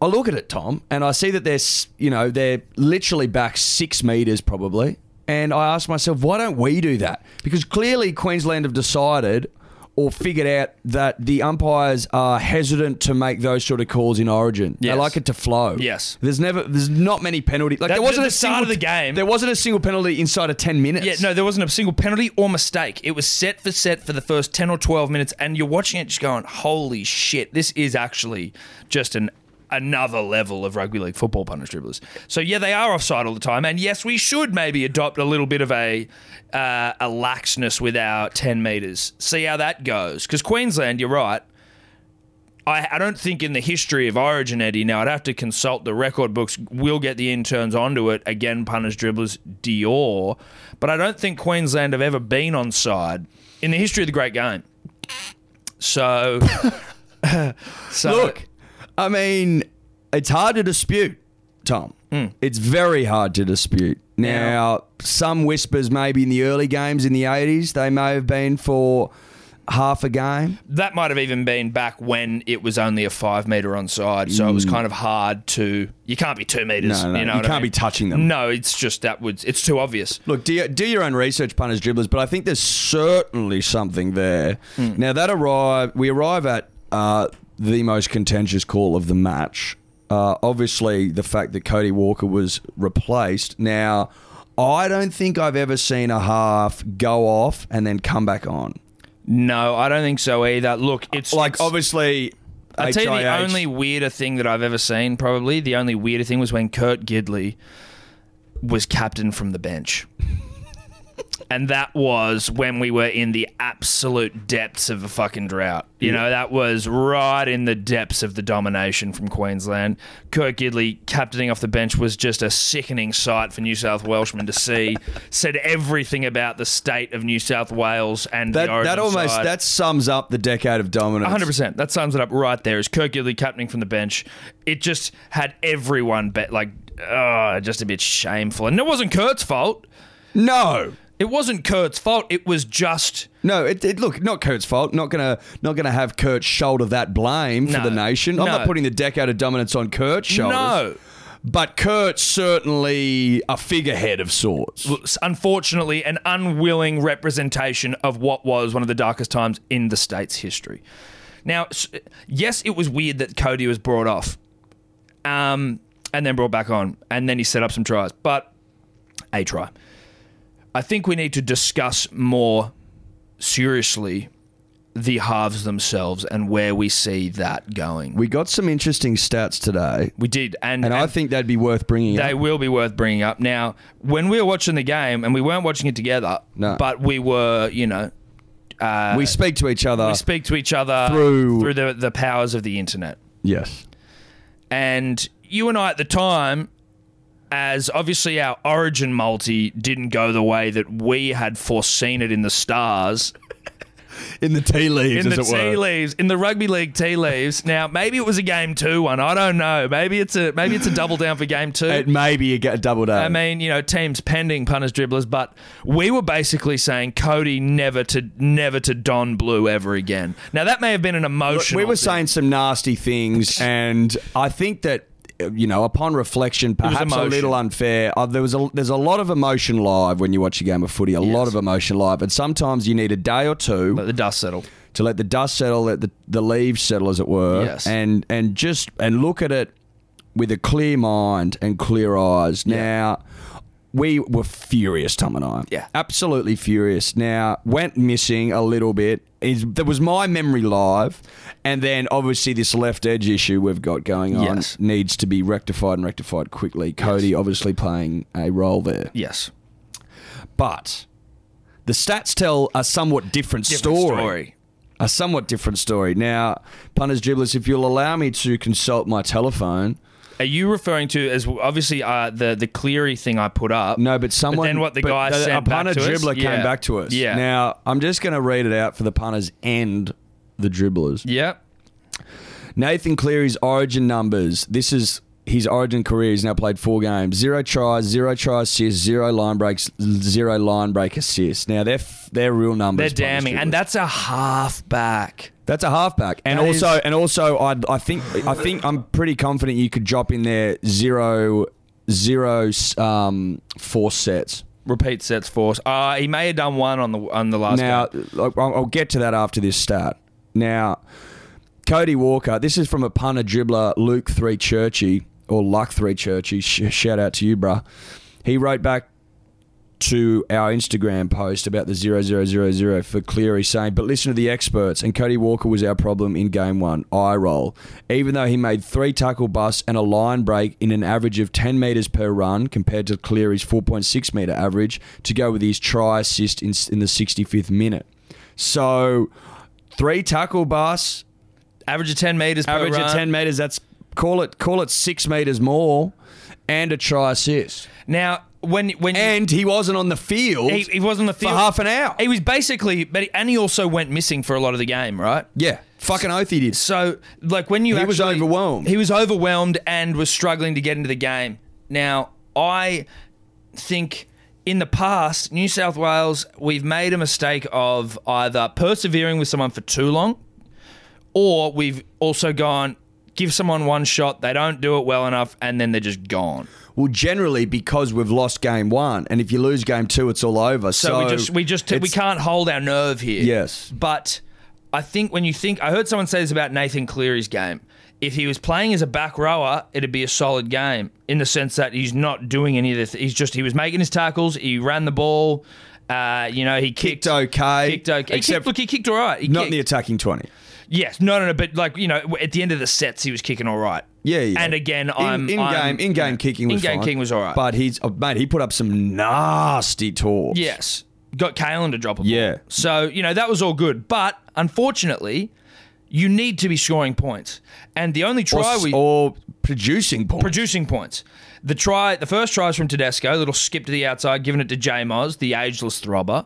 [SPEAKER 3] I look at it, Tom, and I see that they're, s- you know, they're literally back six metres probably. And I ask myself, why don't we do that? Because clearly Queensland have decided or figured out that the umpires are hesitant to make those sort of calls in Origin.
[SPEAKER 2] Yes.
[SPEAKER 3] They like it to flow.
[SPEAKER 2] Yes.
[SPEAKER 3] There's never, there's not many penalties. Like
[SPEAKER 2] That-
[SPEAKER 3] there wasn't
[SPEAKER 2] the
[SPEAKER 3] a
[SPEAKER 2] start
[SPEAKER 3] single
[SPEAKER 2] of the game-
[SPEAKER 3] There wasn't a single penalty inside of ten minutes.
[SPEAKER 2] Yeah, no, there wasn't a single penalty or mistake. It was set for set for the first 10 or 12 minutes, and you're watching it just going, holy shit, this is actually just an another level of rugby league football punish dribblers. So, yeah, they are offside all the time, and yes, we should maybe adopt a little bit of a, uh, a laxness with our 10 metres. See how that goes. Because Queensland, you're right, I, I don't think in the history of Origin, Eddie, now I'd have to consult the record books. We'll get the interns onto it. Again, punters, dribblers, Dior. But I don't think Queensland have ever been on side in the history of the great game. So, so
[SPEAKER 3] Look, I mean, it's hard to dispute, Tom. It's very hard to dispute. Now, some whispers maybe in the early games in the 80s, they may have been for half a game.
[SPEAKER 2] that might have even been back when it was only a five meter onside. So it was kind of hard to. You can't be two meters.
[SPEAKER 3] Mm. No, no,
[SPEAKER 2] you know
[SPEAKER 3] you
[SPEAKER 2] what I
[SPEAKER 3] can't be
[SPEAKER 2] mean?
[SPEAKER 3] touching them.
[SPEAKER 2] No, it's just that would. It's too obvious.
[SPEAKER 3] Look, do, your- do your own research, punters, dribblers, but I think there's certainly something there.
[SPEAKER 2] Hmm.
[SPEAKER 3] Now, that arrive, we arrive at uh, the most contentious call of the match. Uh, obviously, the fact that Cody Walker was replaced. Now, I don't think I've ever seen a half go off and then come back on.
[SPEAKER 2] No, I don't think so either. Look, it's
[SPEAKER 3] Like,
[SPEAKER 2] it's-
[SPEAKER 3] obviously,
[SPEAKER 2] I tell you the
[SPEAKER 3] HIH.
[SPEAKER 2] only weirder thing that I've ever seen, probably the only weirder thing was when Kurt Gidley was captain from the bench. And that was when we were in the absolute depths of a fucking drought. You know, that was right in the depths of the domination from Queensland. Kurt Gidley captaining off the bench was just a sickening sight for New South Welshmen to see. Said everything about the state of New South Wales and
[SPEAKER 3] That,
[SPEAKER 2] the origin
[SPEAKER 3] that almost
[SPEAKER 2] side.
[SPEAKER 3] that sums up the decade of dominance.
[SPEAKER 2] 100%. That sums it up right there. Is Kirk Gidley captaining from the bench? It just had everyone bet like, uh, just a bit shameful. And it wasn't Kurt's fault.
[SPEAKER 3] No,
[SPEAKER 2] It wasn't Kurt's fault. It was just
[SPEAKER 3] no. It, it, look, not Kurt's fault. Not gonna not gonna have Kurt shoulder that blame for
[SPEAKER 2] No.
[SPEAKER 3] the nation. I'm
[SPEAKER 2] No.
[SPEAKER 3] not putting the decade of dominance on Kurt's shoulders.
[SPEAKER 2] no.
[SPEAKER 3] but Kurt's certainly a figurehead of sorts.
[SPEAKER 2] Unfortunately, an unwilling representation of what was one of the darkest times in the state's history. Now, s- yes, it was weird that Cody was brought off, um, and then brought back on, and then he set up some tries, but a try. I think we need to discuss more seriously the halves themselves and where we see that going.
[SPEAKER 3] We got some interesting stats today,
[SPEAKER 2] We did, and,
[SPEAKER 3] and, I
[SPEAKER 2] and-
[SPEAKER 3] think that'd be worth bringing
[SPEAKER 2] they
[SPEAKER 3] up.
[SPEAKER 2] will be worth bringing up. Now, when we were watching the game, and we weren't watching it together,
[SPEAKER 3] No.
[SPEAKER 2] but we were, you know, uh,
[SPEAKER 3] we speak to each other.
[SPEAKER 2] we speak to each other
[SPEAKER 3] Through-
[SPEAKER 2] through the, the powers of the internet.
[SPEAKER 3] yes.
[SPEAKER 2] And you and I at the time, as obviously our origin multi didn't go the way that we had foreseen it in the stars,
[SPEAKER 3] In the tea leaves,
[SPEAKER 2] in
[SPEAKER 3] as
[SPEAKER 2] the
[SPEAKER 3] it
[SPEAKER 2] tea
[SPEAKER 3] were.
[SPEAKER 2] leaves, in the rugby league tea leaves. Now, maybe it was a game two one. I don't know. Maybe it's a maybe it's a double down for game two.
[SPEAKER 3] it may be a g- double down.
[SPEAKER 2] I mean, you know, teams pending punters, dribblers, but we were basically saying Cody never to never to don blue ever again. Now that may have been an emotional.
[SPEAKER 3] we were
[SPEAKER 2] thing.
[SPEAKER 3] saying some nasty things, and I think that uh, you know, upon reflection, perhaps a
[SPEAKER 2] emotion.
[SPEAKER 3] little unfair. Uh, there was a, there's a lot of emotion live when you watch a game of footy. A lot of emotion live, and sometimes you need a day or two
[SPEAKER 2] Let the dust settle.
[SPEAKER 3] to let the dust settle, let the, the leaves settle, as it were,
[SPEAKER 2] Yes.
[SPEAKER 3] and and just and look at it with a clear mind and clear eyes. Now, we were furious, Tom and I.
[SPEAKER 2] Yeah.
[SPEAKER 3] absolutely furious. Now went missing a little bit. Is there was my memory live, and then obviously this left edge issue we've got going on
[SPEAKER 2] Yes.
[SPEAKER 3] needs to be rectified and rectified quickly. Cody obviously playing a role there,
[SPEAKER 2] Yes.
[SPEAKER 3] but. The stats tell a somewhat different,
[SPEAKER 2] Different
[SPEAKER 3] a somewhat different story. Now, punters, dribblers, if you'll allow me to consult my telephone.
[SPEAKER 2] Are you referring to as obviously uh, the the Cleary thing I put up?
[SPEAKER 3] No, but someone.
[SPEAKER 2] then what the guy
[SPEAKER 3] a
[SPEAKER 2] sent back
[SPEAKER 3] punter
[SPEAKER 2] to us?
[SPEAKER 3] dribbler came
[SPEAKER 2] Yeah.
[SPEAKER 3] back to us.
[SPEAKER 2] Yeah.
[SPEAKER 3] Now, I'm just going to read it out for the punters and the dribblers.
[SPEAKER 2] Yeah.
[SPEAKER 3] Nathan Cleary's origin numbers. This is his origin career. He's now played four games: zero tries, zero try assists, zero line breaks, zero line break assists. Now they're f- they're real
[SPEAKER 2] They're
[SPEAKER 3] numbers. punters,
[SPEAKER 2] damning, and
[SPEAKER 3] dribblers.
[SPEAKER 2] that's a half back.
[SPEAKER 3] That's a halfback, and
[SPEAKER 2] That
[SPEAKER 3] also,
[SPEAKER 2] is-
[SPEAKER 3] and also, I, I think, I think, I'm pretty confident you could drop in there zero, zero, um, four sets.
[SPEAKER 2] Repeat sets force. Uh, he may have done one on the on the last.
[SPEAKER 3] now,
[SPEAKER 2] game.
[SPEAKER 3] like, I'll I'll get to that after this stat. Now, Cody Walker. This is from a punter dribbler, Luke Three Churchy or Luck Three Churchy. Sh- shout out to you, bruh. He wrote back to our Instagram post about the 0000 for Cleary saying, but listen to the experts, and Cody Walker was our problem in game one. Eye roll. Even though he made three tackle busts and a line break in an average of 10 metres per run compared to Cleary's 4.6 metre average to go with his try assist in, in the 65th minute. So, three tackle busts,
[SPEAKER 2] average of ten meters.
[SPEAKER 3] average
[SPEAKER 2] per
[SPEAKER 3] of
[SPEAKER 2] run.
[SPEAKER 3] 10 metres, that's call it call it six metres more, and a try assist.
[SPEAKER 2] Now, when when you-
[SPEAKER 3] And he wasn't on the field.
[SPEAKER 2] he, he was on the
[SPEAKER 3] for
[SPEAKER 2] field
[SPEAKER 3] half an hour.
[SPEAKER 2] He was basically, but he, and he also went missing for a lot of the game, right?
[SPEAKER 3] Yeah, fucking oath he did.
[SPEAKER 2] So, like when you
[SPEAKER 3] He was
[SPEAKER 2] actually,
[SPEAKER 3] overwhelmed.
[SPEAKER 2] he was overwhelmed and was struggling to get into the game. Now, I think in the past, New South Wales, we've made a mistake of either persevering with someone for too long, or we've also gone give someone one shot, they don't do it well enough, and then they're just gone.
[SPEAKER 3] Well, generally because we've lost game one, and if you lose game two, it's all over. So,
[SPEAKER 2] So, we just we just we
[SPEAKER 3] it's-
[SPEAKER 2] can't hold our nerve here.
[SPEAKER 3] Yes.
[SPEAKER 2] But I think when you think I heard someone say this about Nathan Cleary's game. If he was playing as a back rower, it'd be a solid game in the sense that he's not doing any of this. He's just he was making his tackles, he ran the ball, uh, you know, he kicked,
[SPEAKER 3] Kicked okay,
[SPEAKER 2] kicked okay, he
[SPEAKER 3] except-
[SPEAKER 2] kicked, look, he kicked all right. He
[SPEAKER 3] not in
[SPEAKER 2] kicked.
[SPEAKER 3] the attacking twenty.
[SPEAKER 2] Yes, no, no, no. But like you know, w- at the end of the sets, he was kicking all right.
[SPEAKER 3] Yeah, yeah.
[SPEAKER 2] And again,
[SPEAKER 3] In-
[SPEAKER 2] I'm
[SPEAKER 3] in,
[SPEAKER 2] I'm-
[SPEAKER 3] game. In game,
[SPEAKER 2] yeah.
[SPEAKER 3] kicking was
[SPEAKER 2] in-game
[SPEAKER 3] fine.
[SPEAKER 2] kicking was all right.
[SPEAKER 3] But he's oh, mate. He put up some nasty talks.
[SPEAKER 2] yes, got Kalen to drop a ball.
[SPEAKER 3] Yeah.
[SPEAKER 2] So you know that was all good, but unfortunately, you need to be scoring points, and the only
[SPEAKER 3] Or,
[SPEAKER 2] try
[SPEAKER 3] s-
[SPEAKER 2] we
[SPEAKER 3] or producing points.
[SPEAKER 2] producing points. The try, the first tries from Tedesco, little skip to the outside, giving it to J Moz, the ageless throbber.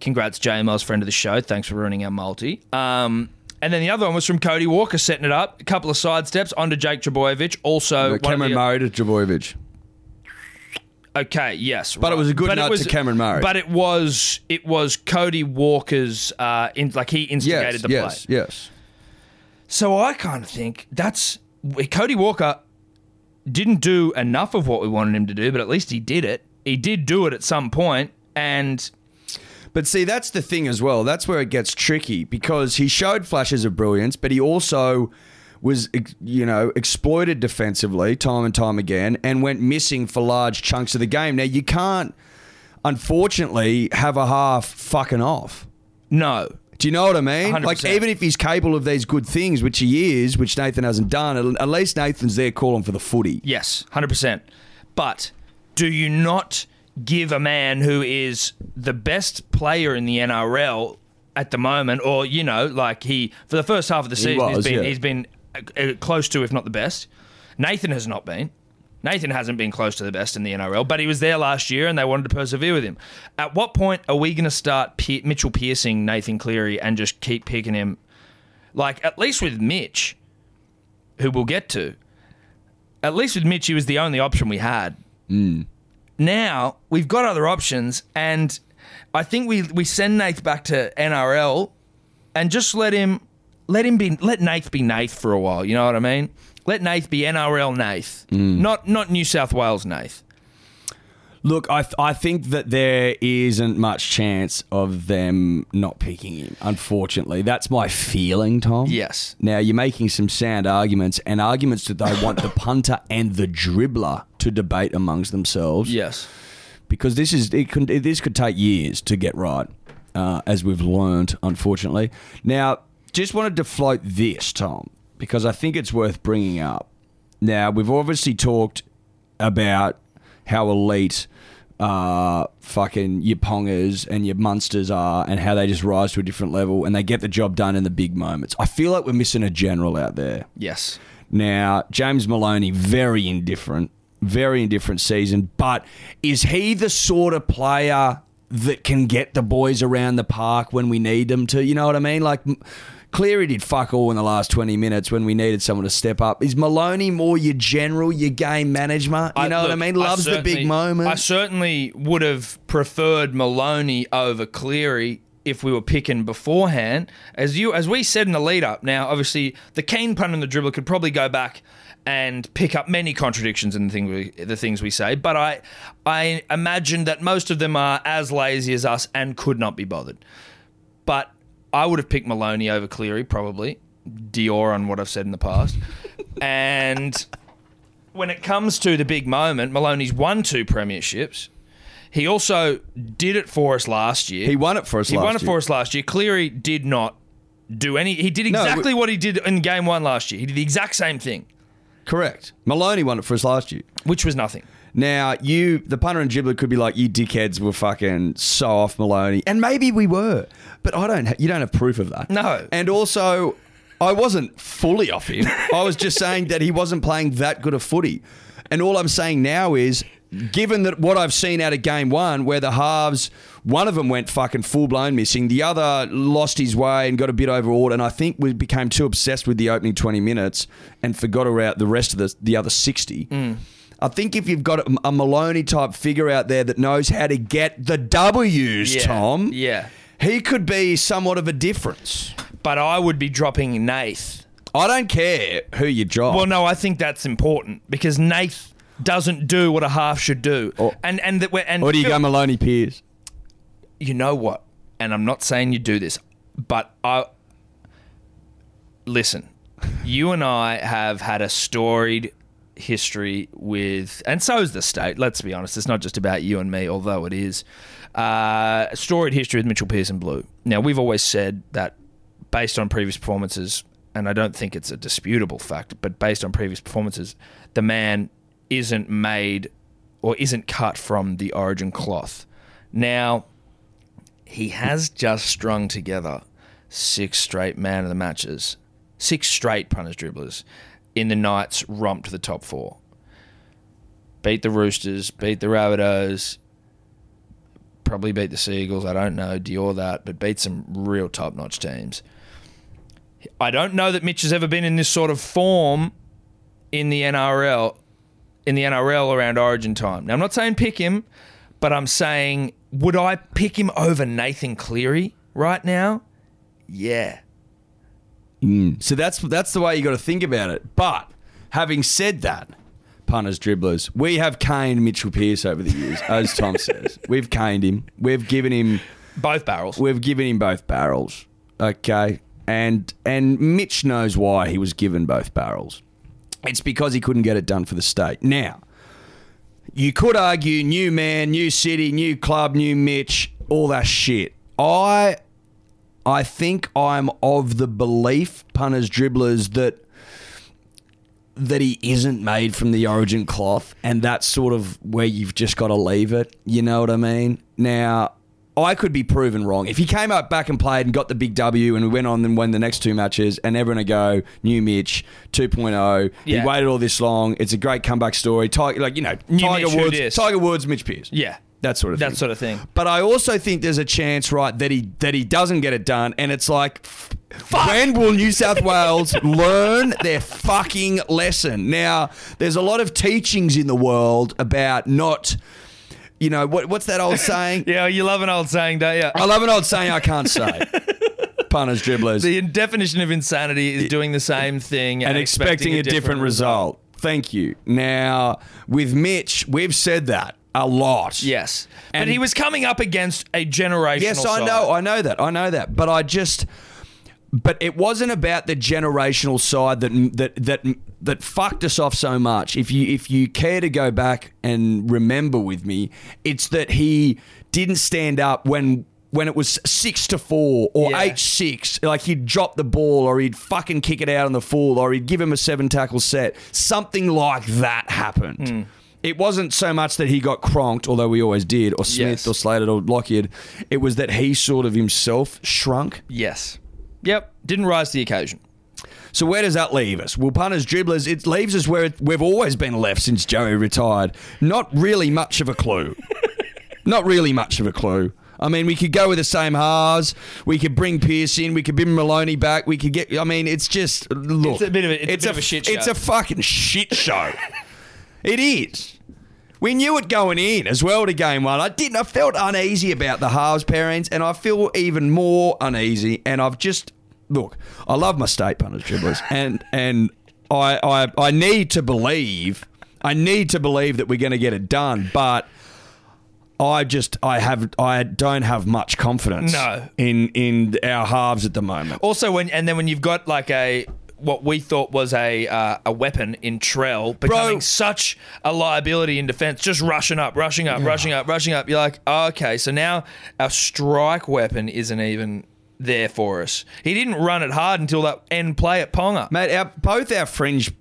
[SPEAKER 2] Congrats, J Moz, friend of the show. Thanks for ruining our multi. Um, and then the other one was from Cody Walker, setting it up. A couple of side steps onto Jake Trebojevic. Also, one of
[SPEAKER 3] Cameron
[SPEAKER 2] the-
[SPEAKER 3] Murray to Djavojevic.
[SPEAKER 2] Okay, yes,
[SPEAKER 3] But it was a good nut to Cameron Murray.
[SPEAKER 2] But it was it was Cody Walker's uh, in, like he instigated
[SPEAKER 3] Yes,
[SPEAKER 2] the play.
[SPEAKER 3] yes, yes.
[SPEAKER 2] So I kind of think that's Cody Walker didn't do enough of what we wanted him to do, but at least he did it. He did do it at some point, and
[SPEAKER 3] But see, that's the thing as well. That's where it gets tricky because he showed flashes of brilliance, but he also was, ex- you know, exploited defensively time and time again and went missing for large chunks of the game. Now, you can't, unfortunately, have a half fucking off.
[SPEAKER 2] no,
[SPEAKER 3] Do you know what I mean?
[SPEAKER 2] 100%.
[SPEAKER 3] Like, even if he's capable of these good things, which he is, which Nathan hasn't done, at least Nathan's there calling for the footy.
[SPEAKER 2] yes, hundred percent. But do you not give a man who is the best player in the NRL at the moment, or you know, like he for the first half of the season,
[SPEAKER 3] was,
[SPEAKER 2] has been
[SPEAKER 3] yeah.
[SPEAKER 2] he's been uh, uh, close to, if not the best. Nathan has not been. Nathan hasn't been close to the best in the NRL, but he was there last year, and they wanted to persevere with him. At what point are we going to start Pier- Mitchell piercing Nathan Cleary and just keep picking him? Like at least with Mitch, who we'll get to. At least with Mitch, he was the only option we had
[SPEAKER 3] Hmm.
[SPEAKER 2] now we've got other options, and I think we we send Nath back to NRL and just let him let him be let Nath be Nath for a while. You know what I mean? Let Nath be NRL Nath, not not New South Wales Nath.
[SPEAKER 3] Look, I, th- I think that there isn't much chance of them not picking him, unfortunately. That's my feeling, Tom.
[SPEAKER 2] Yes.
[SPEAKER 3] Now, you're making some sound arguments, and arguments that they want the punter and the dribbler to debate amongst themselves.
[SPEAKER 2] Yes.
[SPEAKER 3] Because this, is, it could, this could take years to get right, uh, as we've learned, unfortunately. Now, just wanted to float this, Tom, because I think it's worth bringing up. Now, we've obviously talked about how elite uh, fucking your Pongers and your Munsters are and how they just rise to a different level and they get the job done in the big moments. I feel like we're missing a general out there.
[SPEAKER 2] Yes.
[SPEAKER 3] Now, James Maloney, very indifferent, very indifferent season, but is he the sort of player that can get the boys around the park when we need them to? You know what I mean? Like, M- Cleary did fuck all in the last 20 minutes when we needed someone to step up. Is Maloney more your general, your game management? You know what I
[SPEAKER 2] look,
[SPEAKER 3] mean? Loves the big
[SPEAKER 2] certainly- I
[SPEAKER 3] moments.
[SPEAKER 2] certainly would have preferred Maloney over Cleary if we were picking beforehand. As you as we said in the lead up, now obviously the Kane pun and the dribbler could probably go back and pick up many contradictions in the thing we, the things we say, but I I imagine that most of them are as lazy as us and could not be bothered. But I would have picked Maloney over Cleary, probably. Dior on what I've said in the past. and when it comes to the big moment, Maloney's won two premierships. He also did it for us last year.
[SPEAKER 3] he won it for us
[SPEAKER 2] He
[SPEAKER 3] last
[SPEAKER 2] won it
[SPEAKER 3] year.
[SPEAKER 2] for us last year. Cleary did not do any. He did
[SPEAKER 3] No,
[SPEAKER 2] exactly what he did in game one last year. He did the exact same thing,
[SPEAKER 3] Correct. Maloney won it for us last year.
[SPEAKER 2] which was nothing.
[SPEAKER 3] Now, you, the punter and giblet could be like, you dickheads were fucking so off Maloney. And maybe we were, but I don't, ha- you don't have proof of that.
[SPEAKER 2] No.
[SPEAKER 3] And also, I wasn't fully off him. I was just saying that he wasn't playing that good a footy. And all I'm saying now is, given that what I've seen out of game one, where the halves, one of them went fucking full blown missing, the other lost his way and got a bit overawed. And I think we became too obsessed with the opening 20 minutes and forgot about the rest of the, the other 60.
[SPEAKER 2] Mm.
[SPEAKER 3] I think if you've got a- a Maloney type figure out there that knows how to get the W's,
[SPEAKER 2] Yeah.
[SPEAKER 3] Tom,
[SPEAKER 2] Yeah.
[SPEAKER 3] he could be somewhat of a difference.
[SPEAKER 2] But I would be dropping Nath.
[SPEAKER 3] I don't care who you drop.
[SPEAKER 2] Well, no, I think that's important because Nath doesn't do what a half should do.
[SPEAKER 3] Or-
[SPEAKER 2] and and that we're, and
[SPEAKER 3] or do Oh. you
[SPEAKER 2] Phil-
[SPEAKER 3] go Maloney Pierce?
[SPEAKER 2] you know what? And I'm not saying you do this, but I listen. You and I have had a storied history with, and so is the state. Let's be honest; it's not just about you and me, although it is. Uh, storied history with Mitchell Pearson Blue. Now we've always said that based on previous performances, and I don't think it's a disputable fact, but based on previous performances, the man isn't made or isn't cut from the origin cloth. Now, he has just strung together six straight man of the matches, six straight punish dribblers in the Knights' romp to the top four. Beat the Roosters, beat the Rabbitohs, probably beat the Seagulls. I don't know, Dior that, but beat some real top notch teams. I don't know that Mitch has ever been in this sort of form in the NRL, in the NRL around Origin time. Now I'm not saying pick him, but I'm saying would I pick him over Nathan Cleary right now? Yeah.
[SPEAKER 3] So that's that's the way you got to think about it. But having said that, punters, dribblers, we have caned Mitchell Pearce over the years, as Tom says. We've caned him. We've given him.
[SPEAKER 2] Both barrels.
[SPEAKER 3] We've given him both barrels. Okay, and and Mitch knows why he was given both barrels. It's because he couldn't get it done for the state. Now, you could argue new man, new city, new club, new Mitch, all that shit. I I think I'm of the belief, punters, dribblers, that that he isn't made from the origin cloth, and that's sort of where you've just got to leave it. You know what I mean? Now, I could be proven wrong. If he came up back and played and got the big W, and we went on and won the next two matches, and everyone would go new Mitch 2.0.
[SPEAKER 2] Yeah.
[SPEAKER 3] He waited all this long. It's a great comeback story. Tiger, like you know,
[SPEAKER 2] New
[SPEAKER 3] Tiger
[SPEAKER 2] Mitch who dis?
[SPEAKER 3] Woods, Tiger Woods, Mitch Pearce.
[SPEAKER 2] Yeah.
[SPEAKER 3] That sort of thing.
[SPEAKER 2] That sort of thing.
[SPEAKER 3] But I also think there's a chance, right, that he that he doesn't get it done, and it's like, when will New South Wales learn their fucking lesson? Now, there's a lot of teachings in the world about not, you know, what what's that old saying?
[SPEAKER 2] Yeah, you love an old saying, don't you?
[SPEAKER 3] I love an old saying I can't say. Punters, dribblers,
[SPEAKER 2] The definition of insanity is doing the same thing
[SPEAKER 3] and expecting, a different, result. Thank you. Now, with Mitch, we've said that a lot.
[SPEAKER 2] Yes, but
[SPEAKER 3] And-
[SPEAKER 2] he was coming up against a generational.
[SPEAKER 3] Yes, I
[SPEAKER 2] side.
[SPEAKER 3] know, I know that, I know that. But I just, but it wasn't about the generational side that that that that fucked us off so much. If you if you care to go back and remember with me, it's that he didn't stand up when. When it was six to four or
[SPEAKER 2] Yeah.
[SPEAKER 3] eight six, like he'd drop the ball or he'd fucking kick it out on the full or he'd give him a seven tackle set. Something like that happened.
[SPEAKER 2] Hmm.
[SPEAKER 3] It wasn't so much that he got cronked, although we always did, or Smith
[SPEAKER 2] Yes.
[SPEAKER 3] or Slater or Lockheed. It was that he sort of himself shrunk.
[SPEAKER 2] Yes, yep, didn't rise to the occasion.
[SPEAKER 3] So where does that leave us? Well, punters, dribblers, it leaves us where it, we've always been left since Joey retired. Not really much of a clue. Not really much of a clue. I mean, we could go with the same halves. We could bring Pierce in. We could bring Maloney back. We could get. I mean, it's just look.
[SPEAKER 2] It's a bit of a- it's a bit of a shit show.
[SPEAKER 3] It's a fucking shit show. it is. We knew it going in as well to game one. I didn't. I felt uneasy about the halves pairings, and I feel even more uneasy. And I've just look. I love my state punters dribblers, and and I I I need to believe. I need to believe that we're going to get it done, but. I just I have I don't have much confidence
[SPEAKER 2] No.
[SPEAKER 3] in in our halves at the moment.
[SPEAKER 2] Also, when and then when you've got like a what we thought was a uh, a weapon in Trell becoming such a liability in defence, just rushing up, rushing up, rushing up, rushing up. You're like, oh, okay, so now our strike weapon isn't even there for us. He didn't run it hard until that end play at Ponga.
[SPEAKER 3] Mate, our, both our fringe defense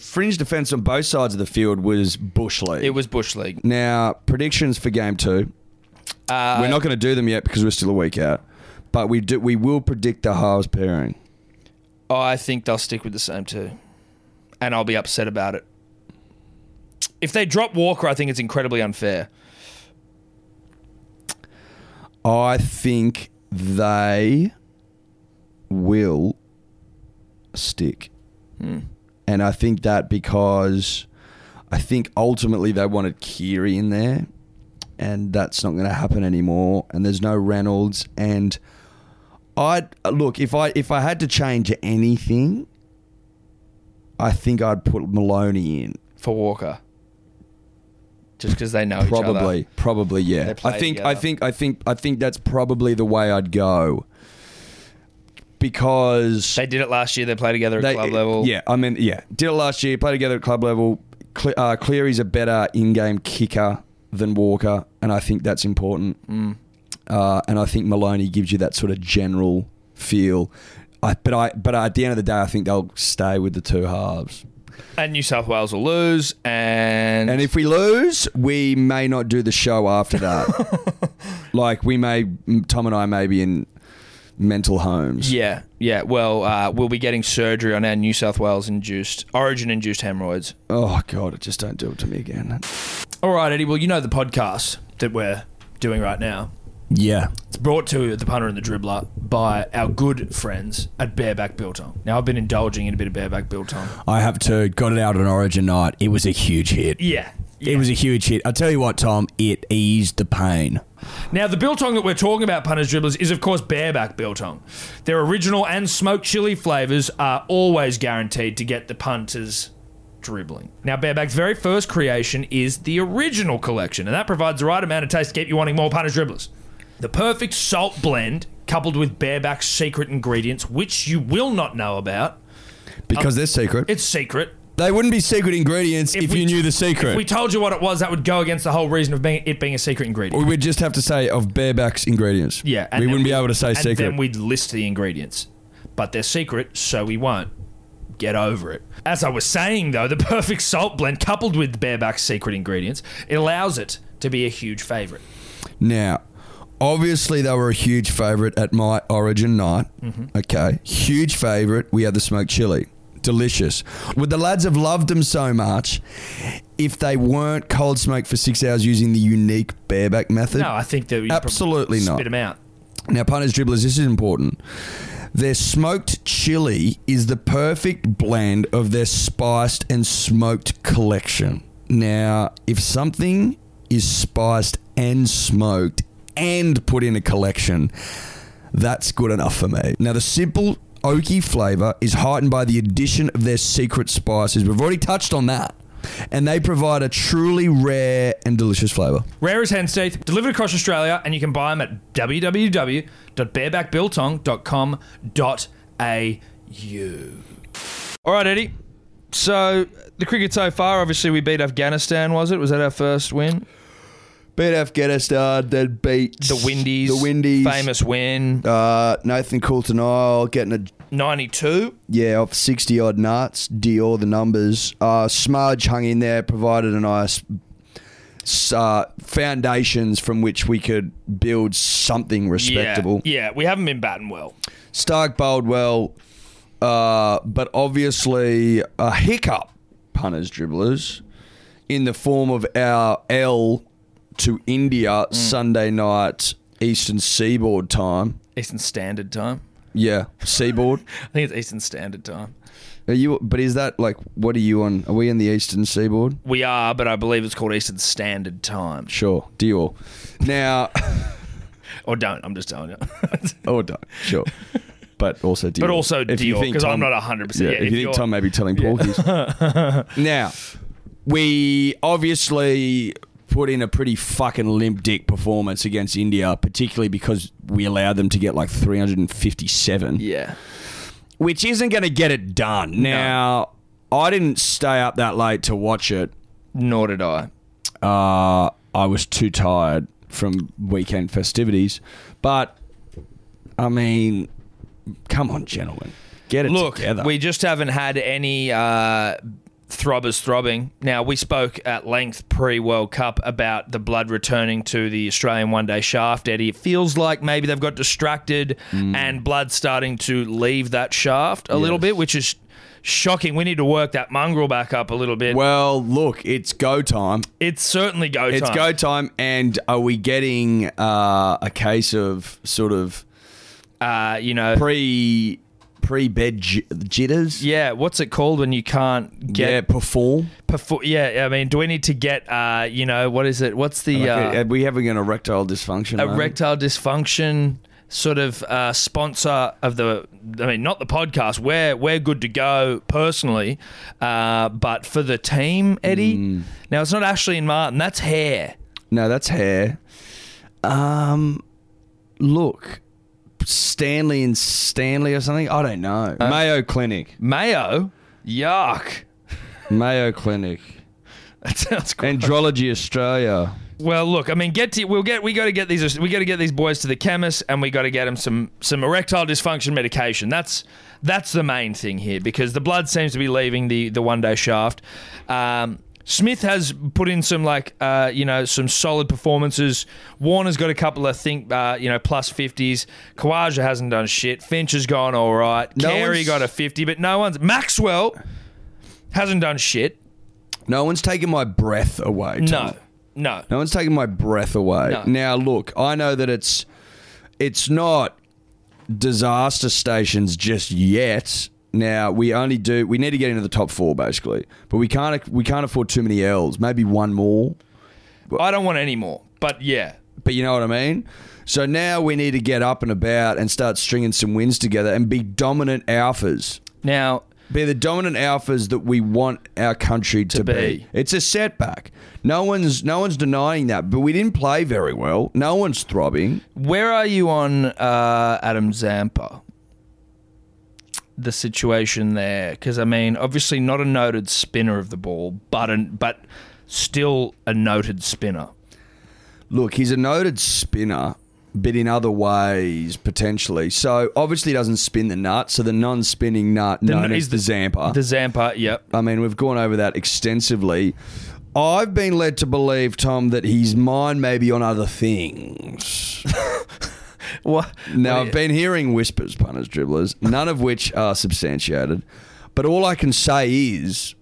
[SPEAKER 3] fringe defense on both sides of the field was bush league.
[SPEAKER 2] It was bush league.
[SPEAKER 3] now predictions for game 2.
[SPEAKER 2] Uh,
[SPEAKER 3] we're not going to do them yet because we're still a week out. But we do we will predict the halves pairing.
[SPEAKER 2] I think they'll stick with the same two, and I'll be upset about it. If they drop Walker, I think it's incredibly unfair.
[SPEAKER 3] I think they will stick. And I think that because I think ultimately they wanted Kiri in there, and that's not going to happen anymore. And there's no Reynolds. And I look if I if I had to change anything, I think I'd put Maloney in.
[SPEAKER 2] for Walker. Just because they know each other.
[SPEAKER 3] Probably, probably,
[SPEAKER 2] They
[SPEAKER 3] yeah.
[SPEAKER 2] play
[SPEAKER 3] I think, I
[SPEAKER 2] together.
[SPEAKER 3] think, I think, I think that's probably the way I'd go because
[SPEAKER 2] They did it last year. They play together at
[SPEAKER 3] they-
[SPEAKER 2] club level.
[SPEAKER 3] Yeah, I mean, yeah, did it last year. Played together at club level. Cle- uh, Cleary's a better in-game kicker than Walker,
[SPEAKER 2] Mm.
[SPEAKER 3] and I think that's important. Uh, and I think Maloney gives you that sort of general feel. I, but I, but at the end of the day, I think they'll stay with the two halves.
[SPEAKER 2] And New South Wales will lose, and,
[SPEAKER 3] And if we lose, we may not do the show after that. like we may, Tom and I may be in mental homes.
[SPEAKER 2] yeah, yeah. Well, uh, we'll be getting surgery on our New South Wales induced origin induced hemorrhoids.
[SPEAKER 3] Oh God, just don't do it to me again.
[SPEAKER 2] All right, Eddie. Well, you know the podcast that we're doing right now.
[SPEAKER 3] Yeah.
[SPEAKER 2] It's brought to you, the punter and the dribbler by our good friends at Bareback Biltong. Now, I've been indulging in a bit of Bareback Biltong.
[SPEAKER 4] I have to. Got it out on Origin night. It was a huge hit.
[SPEAKER 2] Yeah.
[SPEAKER 4] It was a huge hit. I'll tell you what, Tom, it eased the pain.
[SPEAKER 2] Now, the biltong that we're talking about, punters dribblers, is of course bareback biltong. Their original and smoked chili flavors are always guaranteed to get the punters dribbling. Now, bareback's very first creation is the original collection, and that provides the right amount of taste to keep you wanting more punters dribblers. The perfect salt blend, coupled with bareback's secret ingredients, which you will not know about.
[SPEAKER 3] Because they're secret.
[SPEAKER 2] It's secret.
[SPEAKER 4] They wouldn't be secret ingredients if,
[SPEAKER 2] we-
[SPEAKER 4] you knew the
[SPEAKER 2] If
[SPEAKER 4] secret.
[SPEAKER 2] we
[SPEAKER 4] We,
[SPEAKER 2] told you what it was, that would go against the whole reason of being, it being a secret ingredient.
[SPEAKER 3] we would just have to say of bareback's ingredients.
[SPEAKER 2] Yeah,
[SPEAKER 3] we
[SPEAKER 2] then
[SPEAKER 3] wouldn't be able to say
[SPEAKER 2] and
[SPEAKER 3] secret.
[SPEAKER 2] Then we'd list the ingredients, but they're secret, so we won't. Get over it. As I was saying, though, the perfect salt blend coupled with bareback's secret ingredients it allows it to be a huge favorite.
[SPEAKER 3] Now, obviously, they were a huge favourite at my Origin night. Okay, huge favourite. We had the smoked chili, delicious. Would the lads have loved them so much if they weren't cold smoked for six hours using the unique bareback method?
[SPEAKER 2] No, I think that we
[SPEAKER 3] Absolutely
[SPEAKER 2] spit
[SPEAKER 3] not.
[SPEAKER 2] them out.
[SPEAKER 3] Now, punters, dribblers, this is important. Their smoked chili is the perfect blend of their spiced and smoked collection. Now, if something is spiced and smoked and put in a collection, that's good enough for me. Now, the simple oaky flavor is heightened by the addition of their secret spices. We've already touched on that. And they provide a truly rare and delicious flavor.
[SPEAKER 2] Rare as hen's teeth, delivered across Australia, and you can buy them at www.barebackbiltong.com.au. All right, Eddie. So the cricket so far, obviously we beat Afghanistan. Was it? Was that our first win?
[SPEAKER 3] Beat Afghanistan, then beat
[SPEAKER 2] The Windies. Famous win.
[SPEAKER 3] Uh, Nathan Coulton Isle getting a
[SPEAKER 2] 92.
[SPEAKER 3] yeah off sixty odd nuts. Dior the numbers. Uh, Smudge hung in there, provided a nice s- uh, foundations from which we could build something respectable.
[SPEAKER 2] Yeah, yeah, we haven't been batting well.
[SPEAKER 3] Stark bowled well, uh, but obviously a hiccup, punters, dribblers, in the form of our L to India Sunday night Eastern Seaboard time.
[SPEAKER 2] Eastern Standard Time.
[SPEAKER 3] Yeah, Seaboard.
[SPEAKER 2] I think it's Eastern Standard Time.
[SPEAKER 3] Are you? But is that like what are you on? Are we in the eastern seaboard?
[SPEAKER 2] We are, but I believe it's called Eastern Standard Time.
[SPEAKER 3] Sure, Dior. Now,
[SPEAKER 2] Or don't, I'm just telling you.
[SPEAKER 3] oh, no, sure, but also Dior.
[SPEAKER 2] but also
[SPEAKER 3] If you
[SPEAKER 2] Dior,
[SPEAKER 3] think
[SPEAKER 2] because I'm
[SPEAKER 3] Tom-
[SPEAKER 2] not 100%.
[SPEAKER 3] Yeah,
[SPEAKER 2] Yeah,
[SPEAKER 3] if, you think
[SPEAKER 2] you're-
[SPEAKER 3] Tom may be telling porkies. now, we obviously put in a pretty fucking limp dick performance against India, particularly because we allowed them to get like 357.
[SPEAKER 2] Yeah.
[SPEAKER 3] which isn't going to get it done. Now, I didn't stay up that late to watch it.
[SPEAKER 2] Nor did I.
[SPEAKER 3] Uh, I was too tired from weekend festivities, but I mean, come on, gentlemen, get it
[SPEAKER 2] Look,
[SPEAKER 3] together.
[SPEAKER 2] we just haven't had any uh, throbbers throbbing. Now, we spoke at length pre World Cup about the blood returning to the Australian one day shaft, Eddie. It feels like maybe they've got distracted
[SPEAKER 3] Hmm.
[SPEAKER 2] and blood starting to leave that shaft a little bit, which is shocking. We need to work that mongrel back up a little bit.
[SPEAKER 3] well, look, it's go time.
[SPEAKER 2] it's certainly go time.
[SPEAKER 3] It's go time, and are we getting uh, a case of sort of
[SPEAKER 2] Uh, you know.
[SPEAKER 3] pre pre bed j- jitters?
[SPEAKER 2] yeah, what's it called when you can't
[SPEAKER 3] yeah,
[SPEAKER 2] get?
[SPEAKER 3] perform.
[SPEAKER 2] Perfor- yeah, I mean, do we need to get? Uh, you know, what is it? What's the? uh,
[SPEAKER 3] Like, are we having an erectile dysfunction?
[SPEAKER 2] a
[SPEAKER 3] moment?
[SPEAKER 2] erectile dysfunction sort of uh, sponsor of the I mean not the podcast we're we're good to go personally uh, but for the team Eddie now it's not Ashley and Martin that's hair
[SPEAKER 3] No, that's hair. Um, look, Stanley and Stanley or something. I don't know.
[SPEAKER 2] Uh,
[SPEAKER 3] Mayo Clinic.
[SPEAKER 2] Mayo yuck
[SPEAKER 3] Mayo Clinic.
[SPEAKER 2] that sounds great
[SPEAKER 3] Andrology Australia.
[SPEAKER 2] Well, look, I mean, get to we'll get we got to get these we got to get these boys to the chemist, and we got to get them some some erectile dysfunction medication. That's that's the main thing here because the blood seems to be leaving the the one day shaft. Um, Smith has put in some like uh, you know some solid performances. Warner's got a couple of think uh, you know plus fifties. Kawaja hasn't done shit. Finch has gone all right.
[SPEAKER 3] No
[SPEAKER 2] Carey
[SPEAKER 3] one's-
[SPEAKER 2] got a fifty, but no one's Maxwell hasn't done shit.
[SPEAKER 3] No one's taking my breath away. Tom.
[SPEAKER 2] No, no.
[SPEAKER 3] No one's taking my breath away.
[SPEAKER 2] No.
[SPEAKER 3] Now look, I know that it's it's not disaster stations just yet. Now we only do we need to get into the top 4 basically. But we can't we can't afford too many L's. Maybe one more.
[SPEAKER 2] I don't want any more. But yeah,
[SPEAKER 3] But you know what I mean? So now we need to get up and about and start stringing some wins together and be dominant alphas.
[SPEAKER 2] now.
[SPEAKER 3] Be the dominant alphas that we want our country to,
[SPEAKER 2] be.
[SPEAKER 3] be. It's a setback. No one's no one's denying that, but we didn't play very well. No one's throbbing.
[SPEAKER 2] Where are you on uh, Adam Zampa? The situation there, because I mean, obviously not a noted spinner of the ball, but an, but still a noted spinner.
[SPEAKER 3] Look, he's a noted spinner, but in other ways potentially. So obviously he doesn't spin the nut. So the non-spinning nut known
[SPEAKER 2] no-
[SPEAKER 3] as
[SPEAKER 2] is
[SPEAKER 3] the, Zampa.
[SPEAKER 2] The Zampa, yep.
[SPEAKER 3] I mean, we've gone over that extensively. I've been led to believe, Tom, that his mind may be on other things.
[SPEAKER 2] What?
[SPEAKER 3] Now, I've been hearing whispers, punters, dribblers, none of which are substantiated. But all I can say is,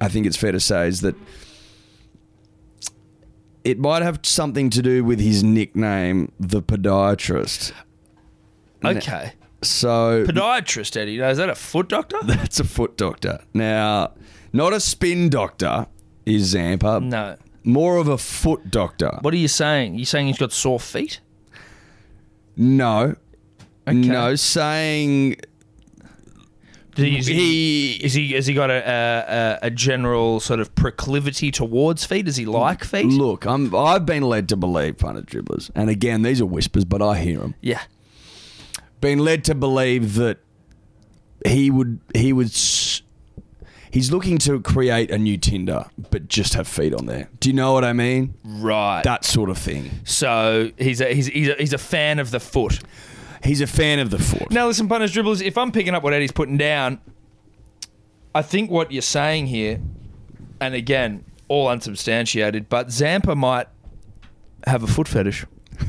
[SPEAKER 3] I think it's fair to say, is that it might have something to do with his nickname, the podiatrist.
[SPEAKER 2] Okay.
[SPEAKER 3] So
[SPEAKER 2] Podiatrist, Eddie. Now, Is that a foot doctor?
[SPEAKER 3] that's a foot doctor. Now, not a spin doctor is Zampa.
[SPEAKER 2] No.
[SPEAKER 3] More of a foot doctor.
[SPEAKER 2] What are you saying? You saying he's got sore feet?
[SPEAKER 3] No. No, saying
[SPEAKER 2] Is
[SPEAKER 3] He-
[SPEAKER 2] is he has he got a, a a- a general sort of proclivity towards feet? Does he like feet?
[SPEAKER 3] look, I'm I've been led to believe punter dribblers, and again these are whispers, but I hear them.
[SPEAKER 2] Yeah.
[SPEAKER 3] Been led to believe that he would he would s- he's looking to create a new Tinder, but just have feet on there. Do you know what I mean?
[SPEAKER 2] Right.
[SPEAKER 3] That sort of thing.
[SPEAKER 2] So he's a, he's, he's, a, he's a fan of the foot.
[SPEAKER 3] He's a fan of the foot.
[SPEAKER 2] Now, listen, punters, dribblers, if I'm picking up what Eddie's putting down, I think what you're saying here, and again, all unsubstantiated, but Zampa might have a foot fetish.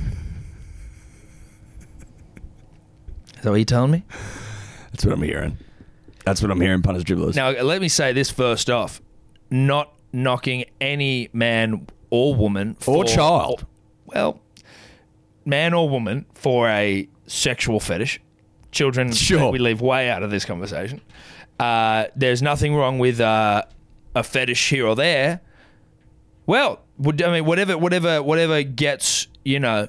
[SPEAKER 2] Is that what you're telling me?
[SPEAKER 3] That's what I'm hearing. That's what I'm hearing, punters dribblers.
[SPEAKER 2] Now, let me say this first off not knocking any man or woman
[SPEAKER 3] or
[SPEAKER 2] for-
[SPEAKER 3] child.
[SPEAKER 2] well, man or woman for a sexual fetish. Children,
[SPEAKER 3] Sure.
[SPEAKER 2] we leave way out of this conversation. Uh, there's nothing wrong with uh, a fetish here or there. Well, would, I mean, whatever, whatever, whatever gets you know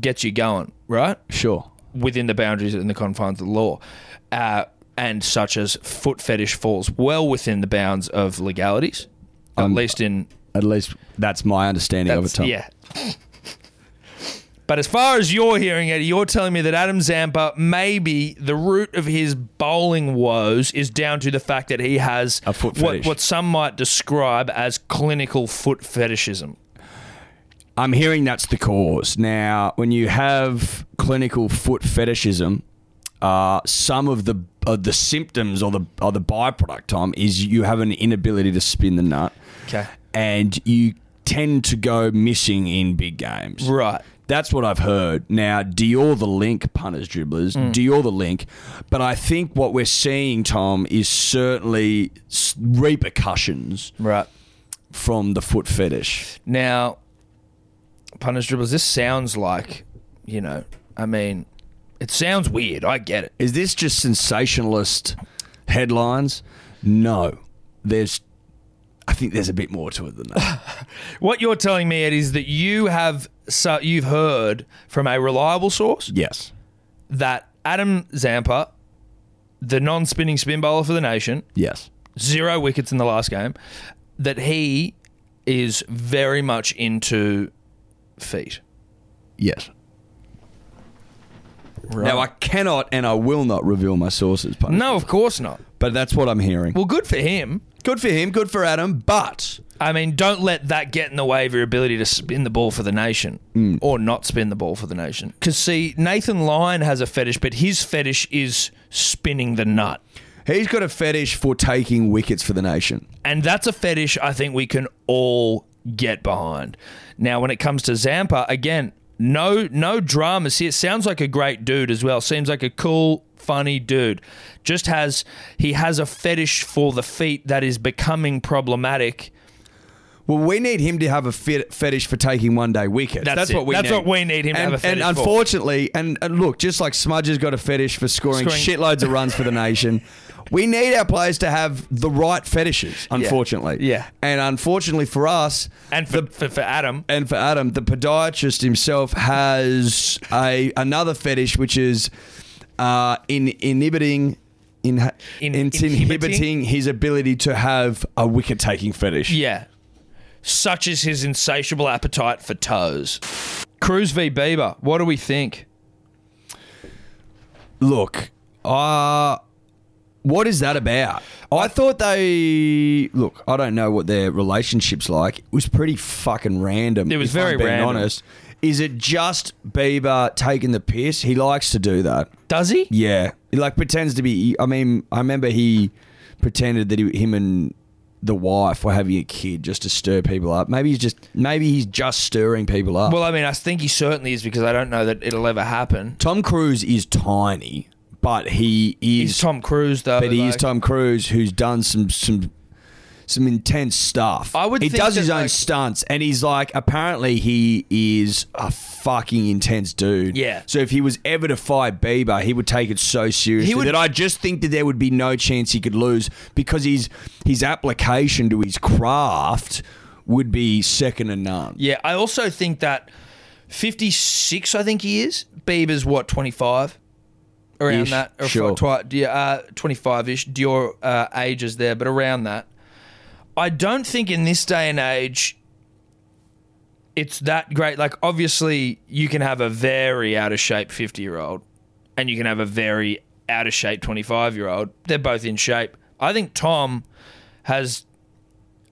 [SPEAKER 2] gets you going, right?
[SPEAKER 3] Sure.
[SPEAKER 2] within the boundaries and the confines of the law, uh, and such as foot fetish falls well within the bounds of legalities, at
[SPEAKER 3] Um,
[SPEAKER 2] least in
[SPEAKER 3] At least that's my understanding of it,
[SPEAKER 2] that's-
[SPEAKER 3] Tom.
[SPEAKER 2] yeah. But as far as you're hearing it, you're telling me that Adam Zampa maybe the root of his bowling woes is down to the fact that he has
[SPEAKER 3] A foot
[SPEAKER 2] what,
[SPEAKER 3] fetish.
[SPEAKER 2] what some might describe as clinical foot fetishism.
[SPEAKER 3] I'm hearing that's the cause. Now, when you have clinical foot fetishism, uh, some of the of the symptoms or the or the byproduct, Tom, is you have an inability to spin the nut,
[SPEAKER 2] Okay.
[SPEAKER 3] and you tend to go missing in big games.
[SPEAKER 2] Right.
[SPEAKER 3] That's what I've heard. Now, Dior the link, punters, dribblers, Dior the link. But I think what we're seeing, Tom, is certainly s- repercussions
[SPEAKER 2] Right.
[SPEAKER 3] from the foot fetish.
[SPEAKER 2] Now, punters dribbles, this sounds like, you know, I mean, it sounds weird. I get it.
[SPEAKER 3] Is this just sensationalist headlines? No. There's I think there's a bit more to it than that.
[SPEAKER 2] What you're telling me, Ed, is that you have so you've heard from a reliable source
[SPEAKER 3] yes.
[SPEAKER 2] that Adam Zampa, the non-spinning spin bowler for the nation,
[SPEAKER 3] Yes.
[SPEAKER 2] zero wickets in the last game, that he is very much into feet.
[SPEAKER 3] Yes.
[SPEAKER 2] Right.
[SPEAKER 3] Now I cannot and I will not reveal my sources, punters.
[SPEAKER 2] no, of course not.
[SPEAKER 3] But that's what I'm hearing.
[SPEAKER 2] Well, good for him.
[SPEAKER 3] Good for him. Good for Adam. But
[SPEAKER 2] I mean, don't let that get in the way of your ability to spin the ball for the nation or not spin the ball for the nation. Because, see, Nathan Lyon has a fetish, but his fetish is spinning the nut.
[SPEAKER 3] he's got a fetish for taking wickets for the nation.
[SPEAKER 2] And that's a fetish I think we can all get behind. Now, when it comes to Zampa, again, no no dramas here. Sounds like a great dude as well. Seems like a cool, funny dude. Just has he has a fetish for the feet that is becoming problematic.
[SPEAKER 3] Well, we need him to have a fet- fetish for taking one day wickets.
[SPEAKER 2] That's, it.
[SPEAKER 3] what we
[SPEAKER 2] That's
[SPEAKER 3] need.
[SPEAKER 2] what we need him to have
[SPEAKER 3] and,
[SPEAKER 2] a fetish
[SPEAKER 3] and
[SPEAKER 2] for.
[SPEAKER 3] unfortunately, and, and look, just like Smudge has got a fetish for scoring,
[SPEAKER 2] Scoring-
[SPEAKER 3] shitloads of runs for the nation, we need our players to have the right fetishes. Unfortunately,
[SPEAKER 2] Yeah.
[SPEAKER 3] and unfortunately for us,
[SPEAKER 2] and for, for, for Adam,
[SPEAKER 3] and for Adam, the podiatrist himself has a another fetish, which is uh, in inhibiting. In,
[SPEAKER 2] In-
[SPEAKER 3] it's
[SPEAKER 2] inhibiting?
[SPEAKER 3] inhibiting his ability to have a wicket taking fetish.
[SPEAKER 2] Yeah. Such is his insatiable appetite for toes. Cruz v. Bieber, what do we think?
[SPEAKER 3] Look, uh, what is that about? I thought they look. I don't know what their relationships like. It was pretty fucking random.
[SPEAKER 2] It was
[SPEAKER 3] if I'm
[SPEAKER 2] very
[SPEAKER 3] being
[SPEAKER 2] random.
[SPEAKER 3] Honest, is it just Bieber taking the piss? He likes to do that.
[SPEAKER 2] Does he?
[SPEAKER 3] Yeah, he like pretends to be. I mean, I remember he pretended that he, him and the wife were having a kid just to stir people up. Maybe he's just maybe he's just stirring people up.
[SPEAKER 2] Well, I mean, I think he certainly is because I don't know that it'll ever happen.
[SPEAKER 3] Tom Cruise is tiny, but he is
[SPEAKER 2] He's Tom Cruise, though.
[SPEAKER 3] but he is
[SPEAKER 2] like-
[SPEAKER 3] Tom Cruise, who's done some some some intense stuff.
[SPEAKER 2] I would
[SPEAKER 3] He
[SPEAKER 2] think
[SPEAKER 3] does
[SPEAKER 2] that,
[SPEAKER 3] his own
[SPEAKER 2] like-
[SPEAKER 3] stunts, and he's like, apparently, he is a fucking intense dude.
[SPEAKER 2] Yeah.
[SPEAKER 3] So if he was ever to fight Bieber, he would take it so seriously
[SPEAKER 2] He would-
[SPEAKER 3] that I just think that there would be no chance he could lose because his his application to his craft would be second to none.
[SPEAKER 2] Yeah, I also think that 56, I think he is. Bieber's what, 25? Around
[SPEAKER 3] Ish,
[SPEAKER 2] that. Or
[SPEAKER 3] sure.
[SPEAKER 2] twi- yeah, uh, 25 ish. Dior uh, age is there, but around that. I don't think in this day and age it's that great. Like, obviously, you can have a very out of shape 50 year old and you can have a very out of shape 25 year old. They're both in shape. I think Tom has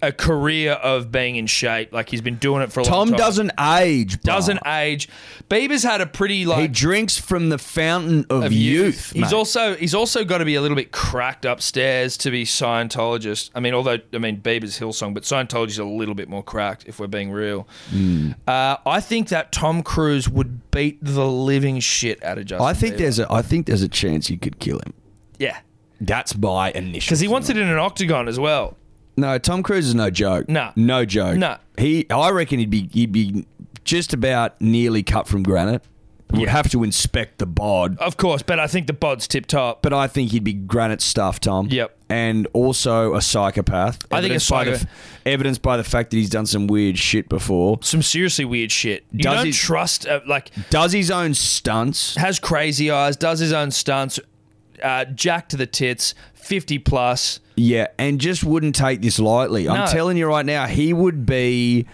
[SPEAKER 2] a career of being in shape. Like, he's been doing it for a long
[SPEAKER 3] Tom
[SPEAKER 2] time.
[SPEAKER 3] doesn't Oh. age. Bro.
[SPEAKER 2] Doesn't age. Bieber's had a pretty,
[SPEAKER 3] He
[SPEAKER 2] like,
[SPEAKER 3] drinks from the fountain of,
[SPEAKER 2] of
[SPEAKER 3] youth.
[SPEAKER 2] He's
[SPEAKER 3] mate.
[SPEAKER 2] also he's also got to be a little bit cracked upstairs to be Scientologist. I mean, although I mean Bieber's Hillsong, but Scientology's a little bit more cracked if we're being real.
[SPEAKER 3] Mm.
[SPEAKER 2] Uh, I think that Tom Cruise would beat the living shit out of Justin.
[SPEAKER 3] I think
[SPEAKER 2] Bieber.
[SPEAKER 3] there's a I think there's a chance you could kill him.
[SPEAKER 2] yeah,
[SPEAKER 3] That's my initial.
[SPEAKER 2] because he wants it in an octagon as well.
[SPEAKER 3] No, Tom Cruise is no joke.
[SPEAKER 2] No.
[SPEAKER 3] no joke.
[SPEAKER 2] No.
[SPEAKER 3] he. I reckon he'd be he'd be just about nearly cut from granite. We'd
[SPEAKER 2] Yeah.
[SPEAKER 3] have to inspect the bod,
[SPEAKER 2] Of course, but I think the bod's tip top.
[SPEAKER 3] but I think he'd be granite stuffed, Tom.
[SPEAKER 2] Yep.
[SPEAKER 3] and also a psychopath.
[SPEAKER 2] I think a
[SPEAKER 3] Evidenced by the
[SPEAKER 2] psycho-
[SPEAKER 3] f- evidenced by the fact that he's done some weird shit before.
[SPEAKER 2] Some seriously weird shit. You
[SPEAKER 3] Does
[SPEAKER 2] don't
[SPEAKER 3] he-
[SPEAKER 2] trust uh, like
[SPEAKER 3] Does his own stunts.
[SPEAKER 2] has crazy eyes, does his own stunts, uh, jack to the tits, fifty plus.
[SPEAKER 3] Yeah, and just wouldn't take this lightly.
[SPEAKER 2] No.
[SPEAKER 3] I'm telling you right now, he would be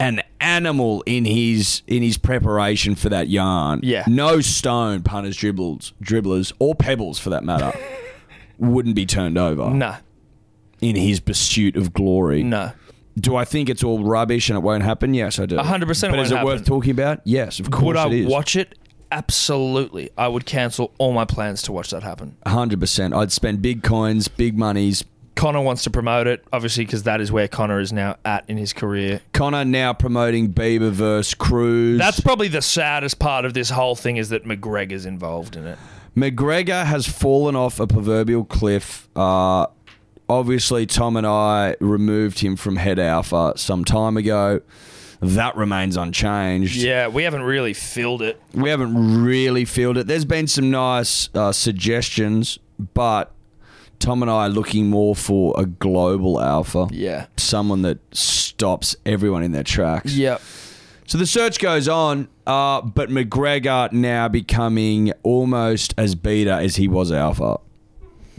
[SPEAKER 3] an animal in his in his preparation for that yarn.
[SPEAKER 2] Yeah.
[SPEAKER 3] No stone punters, dribbles, dribblers, or pebbles for that matter wouldn't be turned over
[SPEAKER 2] No,
[SPEAKER 3] in his pursuit of glory.
[SPEAKER 2] no.
[SPEAKER 3] Do I think it's all rubbish and it won't happen? Yes, I do.
[SPEAKER 2] 100% it
[SPEAKER 3] But is it
[SPEAKER 2] won't
[SPEAKER 3] worth
[SPEAKER 2] happen.
[SPEAKER 3] talking about? Yes, of course
[SPEAKER 2] Would I
[SPEAKER 3] it is.
[SPEAKER 2] watch it? Absolutely. I would cancel all my plans to watch that happen.
[SPEAKER 3] 100%. I'd spend big coins, big monies,
[SPEAKER 2] Connor wants to promote it, obviously, because that is where Connor is now at in his career.
[SPEAKER 3] Connor now promoting Bieber verse Cruz.
[SPEAKER 2] That's probably the saddest part of this whole thing is that McGregor's involved in it.
[SPEAKER 3] McGregor has fallen off a proverbial cliff. Uh, obviously, Tom and I removed him from Head Alpha some time ago. That remains unchanged.
[SPEAKER 2] Yeah, we haven't really filled it.
[SPEAKER 3] We haven't really filled it. There's been some nice uh, suggestions, but Tom and I are looking more for a global alpha.
[SPEAKER 2] Yeah.
[SPEAKER 3] Someone that stops everyone in their tracks.
[SPEAKER 2] Yep.
[SPEAKER 3] So the search goes on, uh, but McGregor now becoming almost as beta as he was alpha.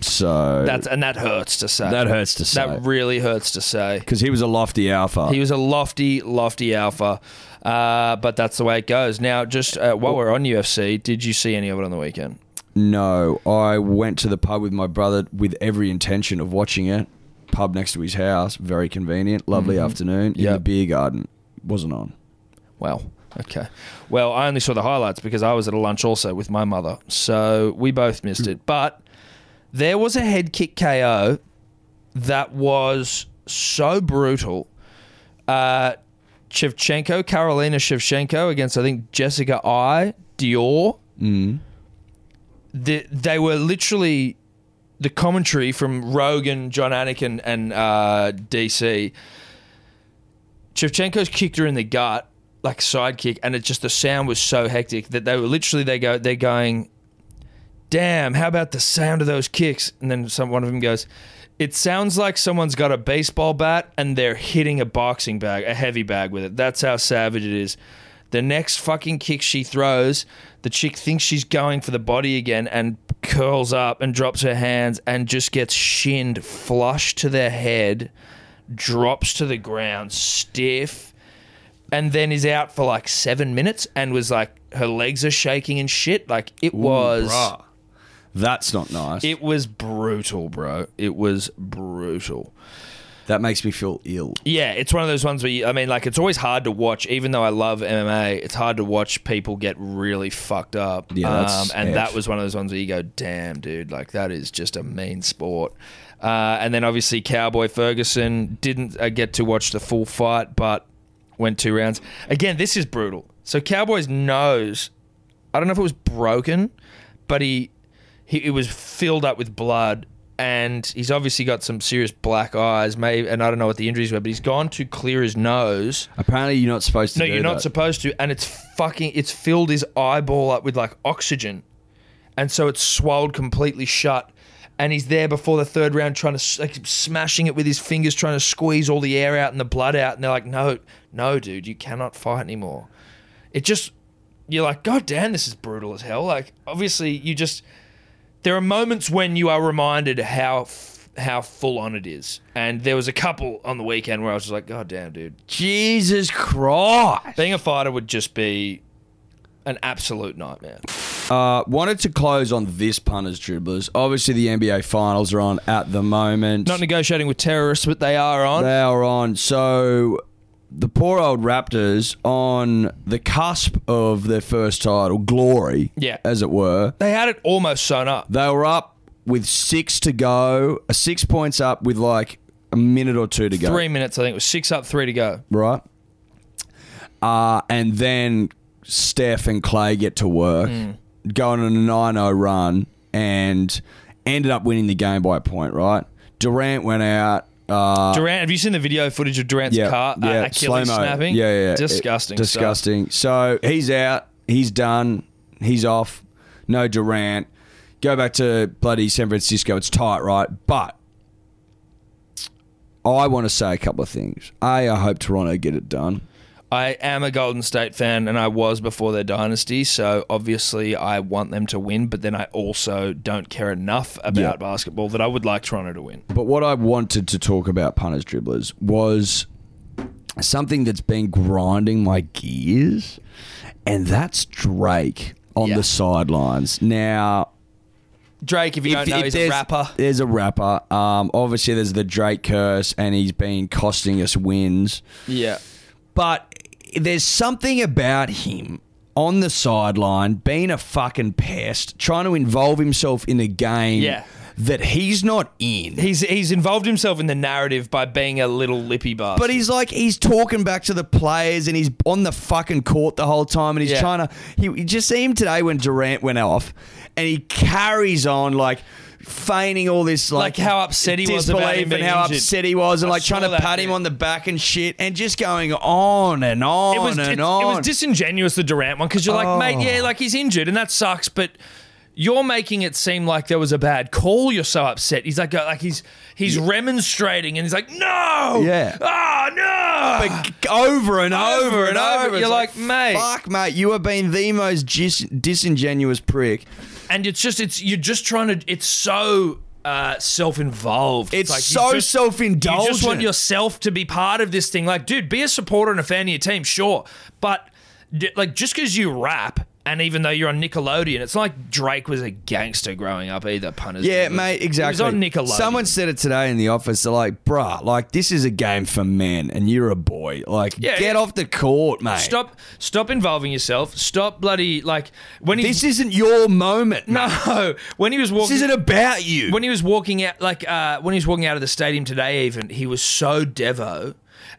[SPEAKER 3] So
[SPEAKER 2] That's and that hurts to say.
[SPEAKER 3] that hurts to say
[SPEAKER 2] That really hurts to say.
[SPEAKER 3] because he was a lofty alpha.
[SPEAKER 2] He was a lofty, lofty alpha, uh, but that's the way it goes. Now, just uh, while we're on UFC, did you see any of it on the weekend?
[SPEAKER 3] no, I went to the pub with my brother with every intention of watching it. pub next to his house. Very convenient. Lovely afternoon in the
[SPEAKER 2] Mm-hmm. Yep.
[SPEAKER 3] beer garden. Wasn't on.
[SPEAKER 2] Wow. Okay. Well, I only saw the highlights because I was at a lunch also with my mother. So we both missed it. But there was a head kick KO that was so brutal. Uh, Shevchenko, Carolina Shevchenko against, I think, Jessica I, Dior.
[SPEAKER 3] Mm.
[SPEAKER 2] The, they were literally the commentary from Rogan, John Anakin, and uh, DC. Shevchenko's kicked her in the gut, like sidekick, and it just the sound was so hectic that they were literally they go they're going, "Damn, how about the sound of those kicks?" And then some one of them goes, "It sounds like someone's got a baseball bat and they're hitting a boxing bag, a heavy bag with it." That's how savage it is. The next fucking kick she throws, the chick thinks she's going for the body again and curls up and drops her hands and just gets shinned flush to the head drops to the ground stiff and then is out for like seven minutes and was like her legs are shaking and shit like it was
[SPEAKER 3] bruh. That's not nice.
[SPEAKER 2] it was brutal bro it was brutal
[SPEAKER 3] that makes me feel ill.
[SPEAKER 2] yeah it's one of those ones where you, i mean like it's always hard to watch even though i love mma it's hard to watch people get really fucked up Um,
[SPEAKER 3] Yeah, that's
[SPEAKER 2] and that
[SPEAKER 3] F.
[SPEAKER 2] was one of those ones where you go damn dude like that is just a mean sport uh, and then obviously cowboy ferguson didn't uh, get to watch the full fight but went two rounds again this is brutal so cowboy's nose i don't know if it was broken but he, he it was filled up with blood and he's obviously got some serious black eyes maybe and i don't know what the injuries were but he's gone to clear his nose
[SPEAKER 3] Apparently, you're not supposed to.
[SPEAKER 2] no,
[SPEAKER 3] do
[SPEAKER 2] you're not
[SPEAKER 3] that.
[SPEAKER 2] supposed to. And it's fucking. It's filled his eyeball up with like oxygen, and so it's swelled completely shut. And he's there before the third round, trying to s- like smashing it with his fingers, trying to squeeze all the air out and the blood out. And they're like, "No, no, dude, you cannot fight anymore." It just you're like, "God damn, this is brutal as hell." Like, obviously, you just there are moments when you are reminded how. f- How full on it is, and there was a couple on the weekend where I was just like, "God damn, dude,
[SPEAKER 3] Jesus Christ.
[SPEAKER 2] being a fighter would just be an absolute nightmare.
[SPEAKER 3] Uh, wanted to close on this punters dribblers. Obviously, the NBA finals are on at the moment.
[SPEAKER 2] Not negotiating with terrorists, but they are on.
[SPEAKER 3] They are on. So the poor old Raptors on the cusp of their first title, glory,
[SPEAKER 2] Yeah.
[SPEAKER 3] as it were.
[SPEAKER 2] They had it almost sewn up.
[SPEAKER 3] They were up with six to go, uh, six points up with like a minute or two to go.
[SPEAKER 2] Three minutes, I think it was six up, three to go.
[SPEAKER 3] right? Uh, and then Steph and Clay get to work,
[SPEAKER 2] Mm.
[SPEAKER 3] going on a 9 0 run, and ended up winning the game by a point, right? Durant went out. Uh,
[SPEAKER 2] Durant, have you seen the video footage of Durant's car? uh, Achilles
[SPEAKER 3] slow-mo.
[SPEAKER 2] snapping?
[SPEAKER 3] Yeah, yeah, yeah.
[SPEAKER 2] Disgusting.
[SPEAKER 3] It- disgusting. So he's out. He's done. He's off. No Durant. Go back to bloody San Francisco. It's tight, right? But I want to say a couple of things. A, I hope Toronto get it done.
[SPEAKER 2] stuff. I am a Golden State fan, and I was before their dynasty, so obviously I want them to win, but then I also don't care enough about
[SPEAKER 3] Yeah.
[SPEAKER 2] basketball that I would like Toronto to win.
[SPEAKER 3] But what I wanted to talk about punters dribblers was something that's been grinding my gears, and that's Drake on
[SPEAKER 2] Yeah.
[SPEAKER 3] the sidelines. Now,
[SPEAKER 2] Drake, if you don't know, he's a
[SPEAKER 3] there's-
[SPEAKER 2] rapper.
[SPEAKER 3] There's a rapper. Um, obviously, there's the Drake curse, and he's been costing us wins.
[SPEAKER 2] Yeah.
[SPEAKER 3] But there's something about him on the sideline being a fucking pest, trying to involve himself in a game
[SPEAKER 2] Yeah.
[SPEAKER 3] that he's not in.
[SPEAKER 2] He's he's involved himself in the narrative by being a little lippy bastard.
[SPEAKER 3] But he's like he's talking back to the players and he's on the fucking court the whole time and he's
[SPEAKER 2] Yeah.
[SPEAKER 3] trying to he you just see him today when Durant went off and he carries on like feigning all this like,
[SPEAKER 2] Like how upset he was about him
[SPEAKER 3] disbelief and
[SPEAKER 2] being
[SPEAKER 3] how
[SPEAKER 2] injured.
[SPEAKER 3] upset he was and
[SPEAKER 2] I
[SPEAKER 3] like trying
[SPEAKER 2] saw
[SPEAKER 3] to
[SPEAKER 2] that
[SPEAKER 3] pat him
[SPEAKER 2] bit.
[SPEAKER 3] on the back and shit and just going on and on
[SPEAKER 2] it was
[SPEAKER 3] and
[SPEAKER 2] it, it
[SPEAKER 3] on.
[SPEAKER 2] was disingenuous the Durant one because you're like,
[SPEAKER 3] Oh.
[SPEAKER 2] mate, yeah, like he's injured and that sucks, but you're making it seem like there was a bad call. You're so upset. He's like, uh, like he's he's remonstrating and he's like, no,
[SPEAKER 3] Yeah.
[SPEAKER 2] ah, no.
[SPEAKER 3] But g- over and over, and over,
[SPEAKER 2] You're
[SPEAKER 3] It's
[SPEAKER 2] like, mate.
[SPEAKER 3] fuck, mate, you have been the most dis- disingenuous prick.
[SPEAKER 2] and it's just it's you're just trying to. It's so uh, self-involved.
[SPEAKER 3] It's,
[SPEAKER 2] like you
[SPEAKER 3] so
[SPEAKER 2] just-
[SPEAKER 3] self-indulgent.
[SPEAKER 2] You just want yourself to be part of this thing. Like, dude, be a supporter and a fan of your team, sure. But, d- like, just because you rap And even though you're on Nickelodeon, it's like Drake was a gangster growing up, either punters.
[SPEAKER 3] Yeah,
[SPEAKER 2] didn't.
[SPEAKER 3] mate, exactly.
[SPEAKER 2] He was on Nickelodeon.
[SPEAKER 3] Someone said it today in the office. They're like, bruh, like this is a game for men and you're a boy. Like,
[SPEAKER 2] Yeah,
[SPEAKER 3] get
[SPEAKER 2] yeah.
[SPEAKER 3] off the court, mate.
[SPEAKER 2] stop, stop involving yourself. Stop bloody like when he
[SPEAKER 3] This isn't your moment. mate.
[SPEAKER 2] no when he was walking.
[SPEAKER 3] This isn't about you.
[SPEAKER 2] when he was walking out like uh, when he was walking out of the stadium today even he was so devo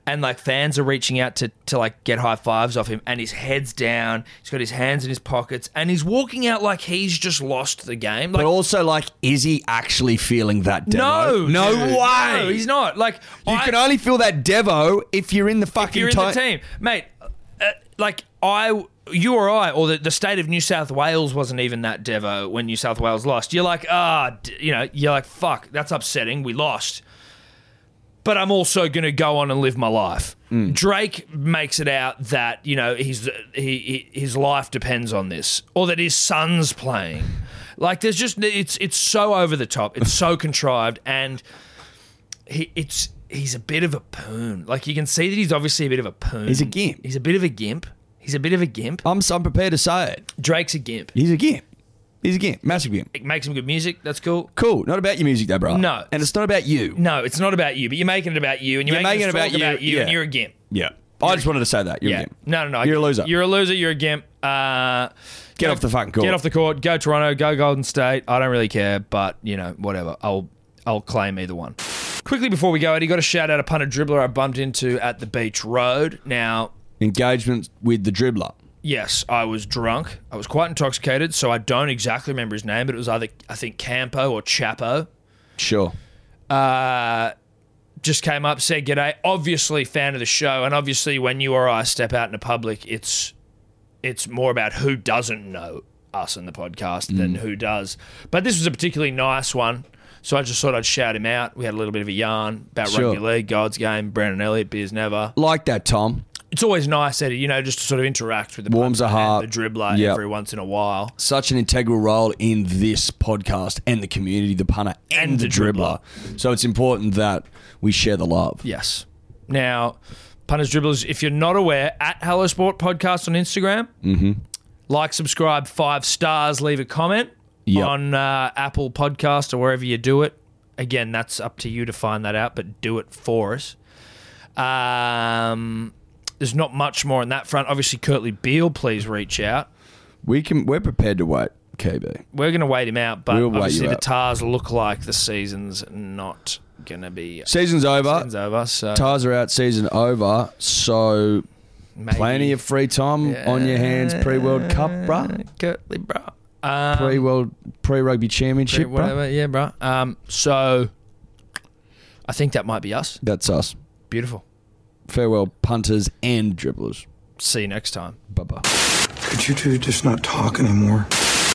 [SPEAKER 2] and like fans are reaching out to to like get high fives off him and his head's down he's got his hands in his pockets and he's walking out like he's just lost the game like
[SPEAKER 3] but also, like, is he actually feeling that
[SPEAKER 2] no
[SPEAKER 3] Devo? no
[SPEAKER 2] dude.
[SPEAKER 3] way.
[SPEAKER 2] no, he's not like
[SPEAKER 3] You
[SPEAKER 2] I-
[SPEAKER 3] can only feel that Devo if you're in the fucking
[SPEAKER 2] you're in
[SPEAKER 3] ti-
[SPEAKER 2] the team mate uh, like I you or I or the, the state of New South Wales wasn't even that devo when New South Wales lost you're like ah d- you know you're like fuck that's upsetting we lost but I'm also going to go on and live my life. Drake makes it out that you know he's he, he his life depends on this, or that his son's playing. Like there's just it's it's so over the top, it's so contrived, and he it's he's a bit of a poon. Like you can see that he's obviously a bit of a poon.
[SPEAKER 3] He's a gimp.
[SPEAKER 2] He's a bit of a gimp. He's a bit of a gimp.
[SPEAKER 3] I'm, so- I'm prepared to say it.
[SPEAKER 2] Drake's a gimp.
[SPEAKER 3] He's a gimp. He's a gimp. Massive gimp.
[SPEAKER 2] It makes him good music. That's cool.
[SPEAKER 3] Cool. Not about your music, though, bro.
[SPEAKER 2] No.
[SPEAKER 3] And it's not about you.
[SPEAKER 2] No, it's not about you, but you're making it about you, and you're,
[SPEAKER 3] You're
[SPEAKER 2] making,
[SPEAKER 3] making
[SPEAKER 2] it about you, about you and
[SPEAKER 3] yeah.
[SPEAKER 2] you're a gimp.
[SPEAKER 3] Yeah. I just wanted to say that. You're a
[SPEAKER 2] Yeah.
[SPEAKER 3] gimp.
[SPEAKER 2] No, no, no. I
[SPEAKER 3] You're a
[SPEAKER 2] get-
[SPEAKER 3] loser.
[SPEAKER 2] You're a loser. You're a gimp. Uh,
[SPEAKER 3] Get
[SPEAKER 2] go-
[SPEAKER 3] off the fucking court.
[SPEAKER 2] Get off the court. Go Toronto. Go Golden State. I don't really care, but you know, whatever. I'll I'll claim either one. Quickly before we go, Eddie got a shout out a punter dribbler I bumped into at the beach road. Now,
[SPEAKER 3] engagement with the dribbler.
[SPEAKER 2] yes, I was drunk. I was quite intoxicated, so I don't exactly remember his name, but it was either I think Campo or Chapo.
[SPEAKER 3] Sure.
[SPEAKER 2] uh, just came up, said g'day. Obviously, fan of the show, and obviously, when you or I step out into public, it's it's more about who doesn't know us in the podcast
[SPEAKER 3] Mm.
[SPEAKER 2] than who does. But this was a particularly nice one, so I just thought I'd shout him out. We had a little bit of a yarn about
[SPEAKER 3] Sure.
[SPEAKER 2] rugby league, God's game, Brandon Elliott, beers never.
[SPEAKER 3] Like that, Tom.
[SPEAKER 2] It's always nice, Eddie, you know, just to sort of interact with the
[SPEAKER 3] Warms the
[SPEAKER 2] punter and
[SPEAKER 3] heart.
[SPEAKER 2] the dribbler
[SPEAKER 3] Yep.
[SPEAKER 2] every once in a while.
[SPEAKER 3] Such an integral role in this podcast and the community, the punter and, the, dribbler. So it's important that we share the love.
[SPEAKER 2] Yes. Now, punters dribblers, if you're not aware, at Hello Sport Podcast on Instagram, mm-hmm. like, subscribe, five stars, leave a comment
[SPEAKER 3] Yep.
[SPEAKER 2] on uh, Apple Podcast or wherever you do it. Again, that's up to you to find that out, but do it for us. Um, there's not much more on that front. Obviously, Curtly Beale, please reach out.
[SPEAKER 3] We can. We're prepared to wait, KB.
[SPEAKER 2] We're going to wait him out, but
[SPEAKER 3] We'll wait
[SPEAKER 2] obviously
[SPEAKER 3] you
[SPEAKER 2] the
[SPEAKER 3] out.
[SPEAKER 2] Tars look like the season's not going to be
[SPEAKER 3] Season's over.
[SPEAKER 2] season's over. So
[SPEAKER 3] Tires are out. Season over. So
[SPEAKER 2] maybe
[SPEAKER 3] plenty of free time on your hands. Pre World Cup, bruh.
[SPEAKER 2] Curtly, bro. Um,
[SPEAKER 3] Pre World, pre Rugby Championship, bruh.
[SPEAKER 2] whatever, yeah, bro. Um, so I think that might be us.
[SPEAKER 3] That's us.
[SPEAKER 2] Beautiful.
[SPEAKER 3] Farewell, punters and dribblers.
[SPEAKER 2] See you next time.
[SPEAKER 3] Bye bye.
[SPEAKER 5] Could you two just not talk anymore?